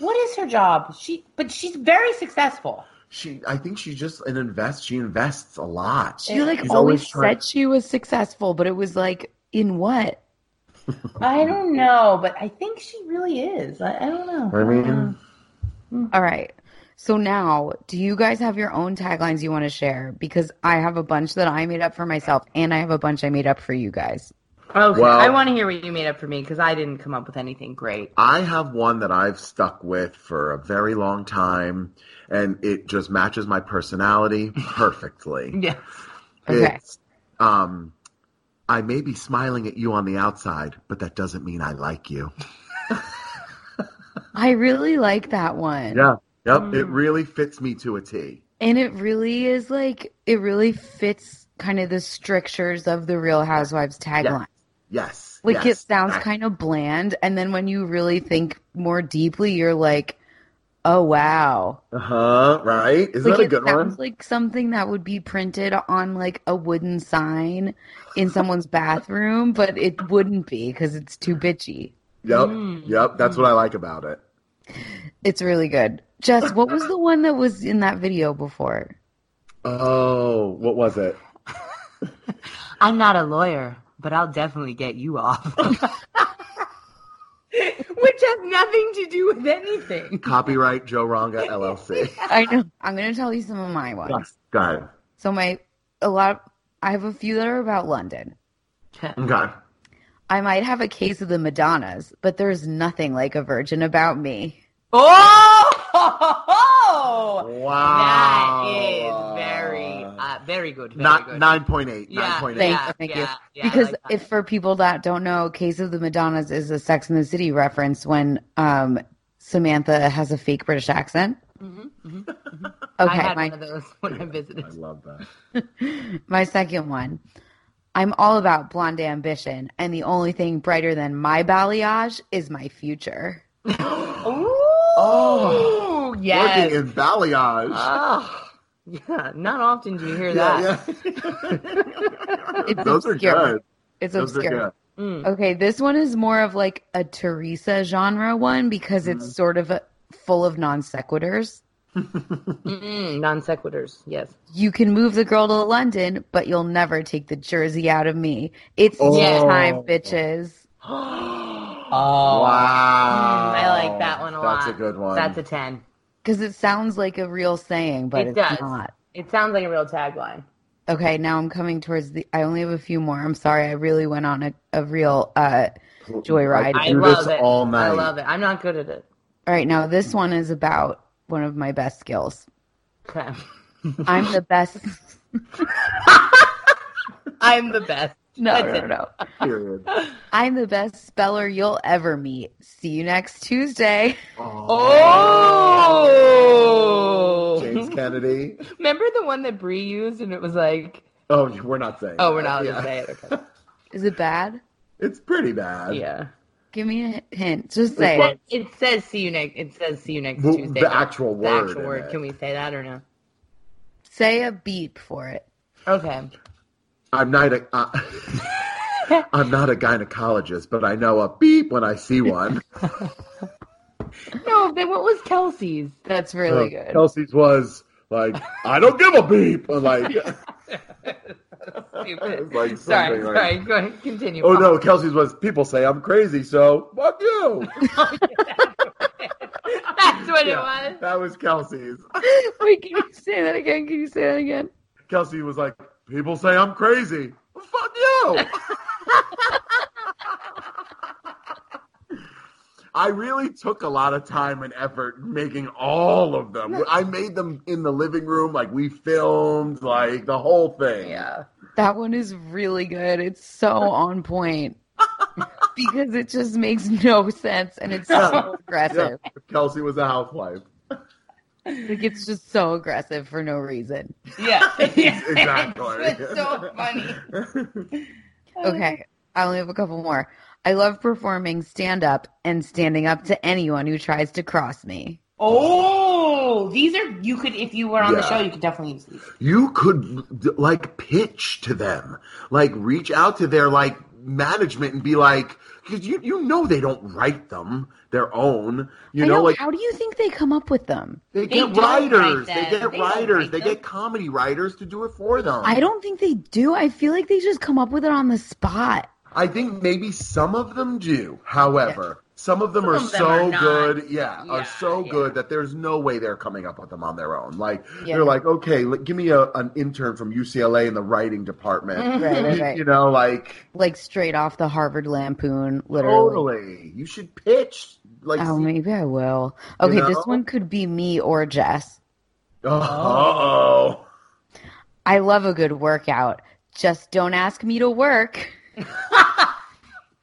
[SPEAKER 8] What is her job? She, but she's very successful.
[SPEAKER 7] She, I think she just an invest. She invests a lot.
[SPEAKER 1] She like
[SPEAKER 7] She's
[SPEAKER 1] always
[SPEAKER 7] trying-
[SPEAKER 1] said she was successful, but it was like, in what?
[SPEAKER 8] I don't know, but I think she really is. I, I don't know.
[SPEAKER 7] I mean,
[SPEAKER 1] All right. So now, do you guys have your own taglines you want to share? Because I have a bunch that I made up for myself, and I have a bunch I made up for you guys.
[SPEAKER 8] Okay,
[SPEAKER 7] Well-
[SPEAKER 8] I want to hear what you made up for me because I didn't come up with anything great.
[SPEAKER 7] I have one that I've stuck with for a very long time, and it just matches my personality perfectly.
[SPEAKER 8] Yeah.
[SPEAKER 1] (laughs) Okay.
[SPEAKER 7] It's, um, I may be smiling at you on the outside, but that doesn't mean I like you.
[SPEAKER 1] I really like that one.
[SPEAKER 7] Yeah. Yep. It
[SPEAKER 1] Hmm.
[SPEAKER 7] really fits me to a T.
[SPEAKER 1] And it really is like, it really fits kind of the strictures of the Real Housewives tagline.
[SPEAKER 7] Yes.
[SPEAKER 1] Like
[SPEAKER 7] yes.
[SPEAKER 1] it
[SPEAKER 7] (laughs)
[SPEAKER 1] sounds kind of bland, and then when you really think more deeply, you're like, "Oh wow!"
[SPEAKER 7] Uh huh. Right? Isn't
[SPEAKER 1] like
[SPEAKER 7] that a
[SPEAKER 1] it
[SPEAKER 7] good
[SPEAKER 1] sounds
[SPEAKER 7] one?
[SPEAKER 1] like something that would be printed on like a wooden sign in someone's bathroom, but it wouldn't be because it's too bitchy.
[SPEAKER 7] Yep.
[SPEAKER 1] Hmm.
[SPEAKER 7] Yep. That's what I like about it.
[SPEAKER 1] It's really good. Jess, what was the one that was in that video before?
[SPEAKER 7] Oh, what
[SPEAKER 1] (laughs)
[SPEAKER 7] was it?
[SPEAKER 8] (laughs) I'm not a lawyer, but I'll definitely get you (laughs) off. Which has nothing to do with anything.
[SPEAKER 7] Copyright Joe Ranga
[SPEAKER 1] (laughs)
[SPEAKER 7] LLC.
[SPEAKER 1] I know. I'm gonna tell you some of my ones.
[SPEAKER 7] yes. Got it.
[SPEAKER 1] So my a lot of I have a few that are about London.
[SPEAKER 7] Okay.
[SPEAKER 1] I might have a case of the Madonnas, but there's nothing like a virgin about me.
[SPEAKER 8] Oh!
[SPEAKER 7] Wow.
[SPEAKER 8] That is very, uh, very good. Very
[SPEAKER 7] Not
[SPEAKER 8] good.
[SPEAKER 7] 9.8.
[SPEAKER 8] Yeah,
[SPEAKER 7] 9.8.
[SPEAKER 1] Thank,
[SPEAKER 8] Yeah,
[SPEAKER 1] thank
[SPEAKER 8] yeah,
[SPEAKER 1] you.
[SPEAKER 8] yeah, I
[SPEAKER 1] because
[SPEAKER 8] like that.
[SPEAKER 1] if for people that don't know, Case of the Madonnas is a Sex in the City reference when um, Samantha has a fake British accent.
[SPEAKER 8] Mm-hmm,
[SPEAKER 1] (laughs)
[SPEAKER 8] I
[SPEAKER 1] Okay,
[SPEAKER 8] had
[SPEAKER 1] my,
[SPEAKER 8] one of those when I visited.
[SPEAKER 7] I love that.
[SPEAKER 1] my second one. I'm all about blonde ambition, and the only thing brighter than my balayage is my
[SPEAKER 8] (laughs)
[SPEAKER 1] future.
[SPEAKER 8] Oh, yes.
[SPEAKER 7] Working in balayage.
[SPEAKER 8] Oh, yeah. Not often do you hear that.
[SPEAKER 7] yeah,
[SPEAKER 8] (laughs)
[SPEAKER 7] yeah.
[SPEAKER 1] It's
[SPEAKER 7] Those are
[SPEAKER 1] obscure.
[SPEAKER 7] good.
[SPEAKER 1] It's
[SPEAKER 7] Those are
[SPEAKER 1] obscure.
[SPEAKER 7] good.
[SPEAKER 8] Mm,
[SPEAKER 1] Okay, this one is more of like a Teresa genre one because
[SPEAKER 7] Mm-hmm.
[SPEAKER 1] it's sort of a, full of non sequiturs.
[SPEAKER 8] Mm, non sequiturs.
[SPEAKER 7] (gasps)
[SPEAKER 8] Yes.
[SPEAKER 1] You can move the girl to London, but you'll never take the jersey out of me. It's
[SPEAKER 7] Oh.
[SPEAKER 1] time, bitches.
[SPEAKER 8] Oh.
[SPEAKER 7] Wow.
[SPEAKER 8] I like that one a lot.
[SPEAKER 7] Oh, That's a good one.
[SPEAKER 8] That's a 10.
[SPEAKER 1] Because it sounds like a real saying, but
[SPEAKER 8] it
[SPEAKER 1] it's
[SPEAKER 8] does.
[SPEAKER 1] not.
[SPEAKER 8] It sounds like a real tagline.
[SPEAKER 1] Okay, now I'm coming towards the. I only have a few more. I'm sorry. I really went on a, a real uh, joyride.
[SPEAKER 7] I
[SPEAKER 8] I
[SPEAKER 7] do
[SPEAKER 8] love
[SPEAKER 7] this
[SPEAKER 8] it.
[SPEAKER 7] all night.
[SPEAKER 8] I love it. I'm not good at it.
[SPEAKER 1] All right, now this one is about one of my best skills.
[SPEAKER 7] (laughs)
[SPEAKER 8] Okay.
[SPEAKER 1] I'm the best.
[SPEAKER 8] (laughs) I'm the best.
[SPEAKER 1] No, no, no.
[SPEAKER 7] Period.
[SPEAKER 8] (laughs)
[SPEAKER 1] I'm the best speller you'll ever meet. See you next Tuesday. (laughs)
[SPEAKER 8] (laughs) Oh.
[SPEAKER 7] James
[SPEAKER 8] (laughs)
[SPEAKER 7] Kennedy.
[SPEAKER 8] Remember the one that Brie used and it was like,
[SPEAKER 7] Oh, we're not saying.
[SPEAKER 8] oh,
[SPEAKER 7] that.
[SPEAKER 8] we're not going
[SPEAKER 7] Yeah.
[SPEAKER 8] to say it.
[SPEAKER 7] (laughs)
[SPEAKER 8] Okay.
[SPEAKER 1] Is it bad?
[SPEAKER 7] It's pretty bad.
[SPEAKER 8] Yeah.
[SPEAKER 1] Give me a hint. Just say
[SPEAKER 8] It,
[SPEAKER 1] it.
[SPEAKER 8] it says see you next. It says see you next
[SPEAKER 7] Well,
[SPEAKER 8] Tuesday.
[SPEAKER 7] the
[SPEAKER 8] but
[SPEAKER 7] actual
[SPEAKER 8] the
[SPEAKER 7] word
[SPEAKER 8] actual
[SPEAKER 7] in
[SPEAKER 8] word.
[SPEAKER 7] it.
[SPEAKER 8] Can we say that or no?
[SPEAKER 1] Say a beep for it.
[SPEAKER 8] Okay.
[SPEAKER 7] I'm not a. Uh, (laughs) I'm not a gynecologist, but I know a beep when I see one.
[SPEAKER 8] No, then what was Kelsey's?
[SPEAKER 1] That's really good.
[SPEAKER 7] Kelsey's was like, I don't give a beep.
[SPEAKER 8] (laughs)
[SPEAKER 7] And like,
[SPEAKER 8] Stupid. (laughs) sorry,
[SPEAKER 7] like something like-
[SPEAKER 8] sorry. Go ahead. Continue.
[SPEAKER 7] oh no, Kelsey's was people say I'm crazy, so fuck you.
[SPEAKER 8] (laughs) That's what
[SPEAKER 7] (laughs) Yeah,
[SPEAKER 8] it was.
[SPEAKER 7] that was Kelsey's.
[SPEAKER 1] (laughs) Wait, can you say that again? Can you say that again?
[SPEAKER 7] Kelsey was like, people say I'm crazy. Well, fuck you. (laughs) I really took a lot of time and effort making all of them. I made them in the living room, like we filmed, like the whole thing.
[SPEAKER 8] Yeah.
[SPEAKER 1] (laughs) That one is really good. It's so on point. because it just makes no sense and it's so aggressive.
[SPEAKER 7] Yeah, Kelsey was a housewife.
[SPEAKER 1] Like it's just so aggressive for no reason.
[SPEAKER 7] (laughs)
[SPEAKER 8] (laughs) Yeah.
[SPEAKER 7] exactly.
[SPEAKER 8] (laughs) It's so funny.
[SPEAKER 1] Okay, I only have a couple more. I love performing stand up and standing up to anyone who tries to cross me.
[SPEAKER 8] Oh, these are you could if you were on the
[SPEAKER 7] Yeah.
[SPEAKER 8] show, you could definitely use these.
[SPEAKER 7] You could like pitch to them, like reach out to their like management and be like, because you you know they don't write them their own. You
[SPEAKER 1] I
[SPEAKER 7] know, like
[SPEAKER 1] how do you think they come up with them?
[SPEAKER 7] they
[SPEAKER 8] They don't
[SPEAKER 7] get
[SPEAKER 8] write
[SPEAKER 7] writers, they
[SPEAKER 8] them.
[SPEAKER 7] get
[SPEAKER 8] They don't
[SPEAKER 7] writers,
[SPEAKER 8] write
[SPEAKER 7] they
[SPEAKER 8] them.
[SPEAKER 7] get comedy writers to do it for them.
[SPEAKER 1] I don't think they do. I feel like they just come up with it on the spot.
[SPEAKER 7] I think maybe some of them do. However, some of them
[SPEAKER 8] Some
[SPEAKER 7] are
[SPEAKER 8] of them
[SPEAKER 7] so
[SPEAKER 8] are not.
[SPEAKER 7] good. Yeah, are
[SPEAKER 8] Yeah,
[SPEAKER 7] so
[SPEAKER 8] yeah.
[SPEAKER 7] good that there's no way they're coming up with them on their own. Like
[SPEAKER 1] Yeah.
[SPEAKER 7] they're like, okay, l- give me a, an intern from UCLA in the writing department.
[SPEAKER 1] Right, right,
[SPEAKER 7] You-
[SPEAKER 1] right.
[SPEAKER 7] You know, like
[SPEAKER 1] Like straight off the Harvard Lampoon, literally.
[SPEAKER 7] totally. You should pitch. Like,
[SPEAKER 1] Oh,
[SPEAKER 7] (laughs) see-
[SPEAKER 1] maybe I will.
[SPEAKER 7] You
[SPEAKER 1] Okay, this
[SPEAKER 7] know?
[SPEAKER 1] one could be me or Jess.
[SPEAKER 7] oh,
[SPEAKER 1] I love a good workout. Just don't ask me to work.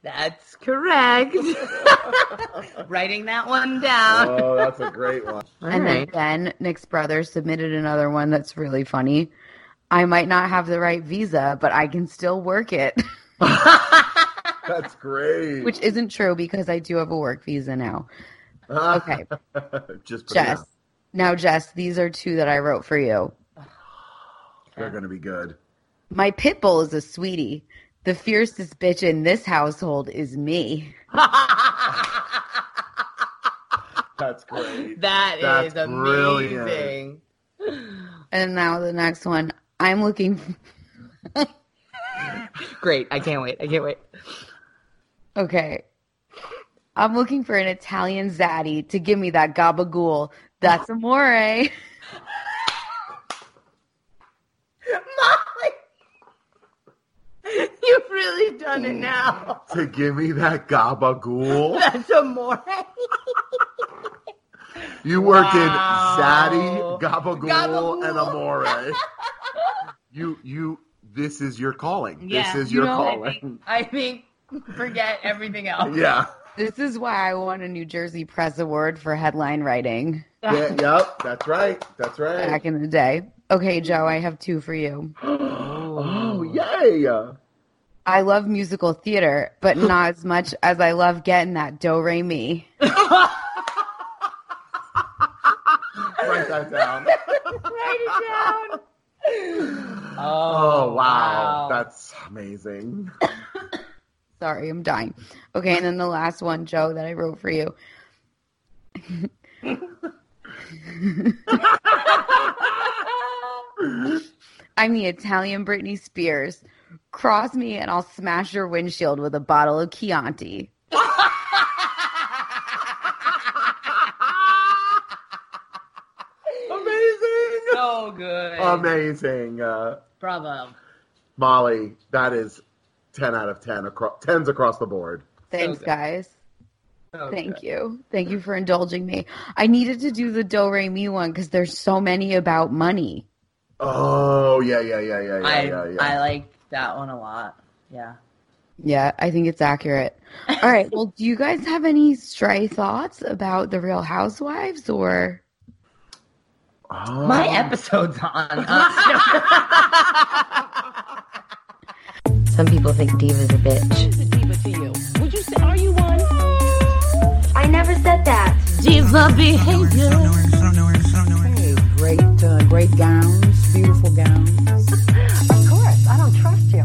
[SPEAKER 8] That's
[SPEAKER 11] Correct.
[SPEAKER 8] (laughs) writing that one down.
[SPEAKER 7] oh, that's a great one.
[SPEAKER 1] and
[SPEAKER 8] (laughs)
[SPEAKER 1] then Ben, Nick's brother, submitted another one that's really funny. I might not have the right visa, but I can still work it, (laughs)
[SPEAKER 7] That's great.
[SPEAKER 1] which isn't true because I do have a work visa now.
[SPEAKER 7] Oh,
[SPEAKER 1] Okay,
[SPEAKER 7] (laughs) just put it
[SPEAKER 1] Jess.
[SPEAKER 7] out.
[SPEAKER 1] Now, Jess, these are two that I wrote for you.
[SPEAKER 7] They're gonna be good.
[SPEAKER 1] My pit bull is a sweetie. The fiercest bitch in this household is me.
[SPEAKER 7] That's great.
[SPEAKER 8] That's
[SPEAKER 7] That's brilliant.
[SPEAKER 8] amazing.
[SPEAKER 1] And now the next one. I'm looking.
[SPEAKER 8] Great. I can't wait. I can't wait.
[SPEAKER 1] Okay. I'm looking for an Italian zaddy to give me that gabagool. That's amore. (laughs)
[SPEAKER 8] Molly, you've really done it now.
[SPEAKER 7] to give me
[SPEAKER 8] (laughs)
[SPEAKER 7] that gabagool.
[SPEAKER 8] That's a more
[SPEAKER 7] You worked
[SPEAKER 8] Wow.
[SPEAKER 7] in Zaddy, Gabagool,
[SPEAKER 8] Gabagool.
[SPEAKER 7] and Amore. (laughs) you, you, this is your calling.
[SPEAKER 8] Yeah,
[SPEAKER 7] this is
[SPEAKER 1] you
[SPEAKER 7] your
[SPEAKER 1] know, I
[SPEAKER 7] calling.
[SPEAKER 8] I think forget everything else.
[SPEAKER 7] (laughs) yeah.
[SPEAKER 1] This is why I won a New Jersey Press Award for headline writing
[SPEAKER 7] yeah. Yep. That's right. That's right.
[SPEAKER 1] back in the day. Okay, Joe, I have two for you.
[SPEAKER 8] (gasps)
[SPEAKER 7] oh, yay.
[SPEAKER 1] I love musical theater, but not as much as I love getting that do re mi.
[SPEAKER 7] Write
[SPEAKER 8] (laughs)
[SPEAKER 7] that down.
[SPEAKER 8] Write it down.
[SPEAKER 7] (laughs) Oh, wow.
[SPEAKER 8] wow.
[SPEAKER 7] That's
[SPEAKER 8] (laughs)
[SPEAKER 7] amazing. (laughs)
[SPEAKER 1] Sorry, I'm dying. Okay, and then the last one, Joe, that I wrote for you. (laughs) I'm the Italian Britney Spears. Cross me and I'll smash your windshield with a bottle of Chianti.
[SPEAKER 7] amazing.
[SPEAKER 8] So good.
[SPEAKER 7] Oh, Amazing. Uh,
[SPEAKER 8] Bravo.
[SPEAKER 7] Molly, that is 10 out of 10, across, 10s across the board.
[SPEAKER 1] Thanks,
[SPEAKER 8] good.
[SPEAKER 1] guys.
[SPEAKER 8] So
[SPEAKER 1] Thank
[SPEAKER 8] good.
[SPEAKER 1] you. Thank you for indulging me. I needed to do the Do Re Mi one because there's so many about money.
[SPEAKER 7] Oh, yeah, yeah, yeah, yeah, yeah,
[SPEAKER 8] I
[SPEAKER 7] yeah, yeah.
[SPEAKER 8] I like that one a lot. Yeah.
[SPEAKER 1] Yeah, I think it's accurate. All right. Well, do you guys have any stray thoughts about the Real Housewives or?
[SPEAKER 7] Oh.
[SPEAKER 8] My episode's on. Uh,
[SPEAKER 12] Some people think Diva's a bitch.
[SPEAKER 13] Who's a diva to you? Would you say, are you one?
[SPEAKER 4] I never said that.
[SPEAKER 13] Diva behavior.
[SPEAKER 14] Hey, great, uh, great gowns, beautiful gowns.
[SPEAKER 4] Of course, I don't trust you.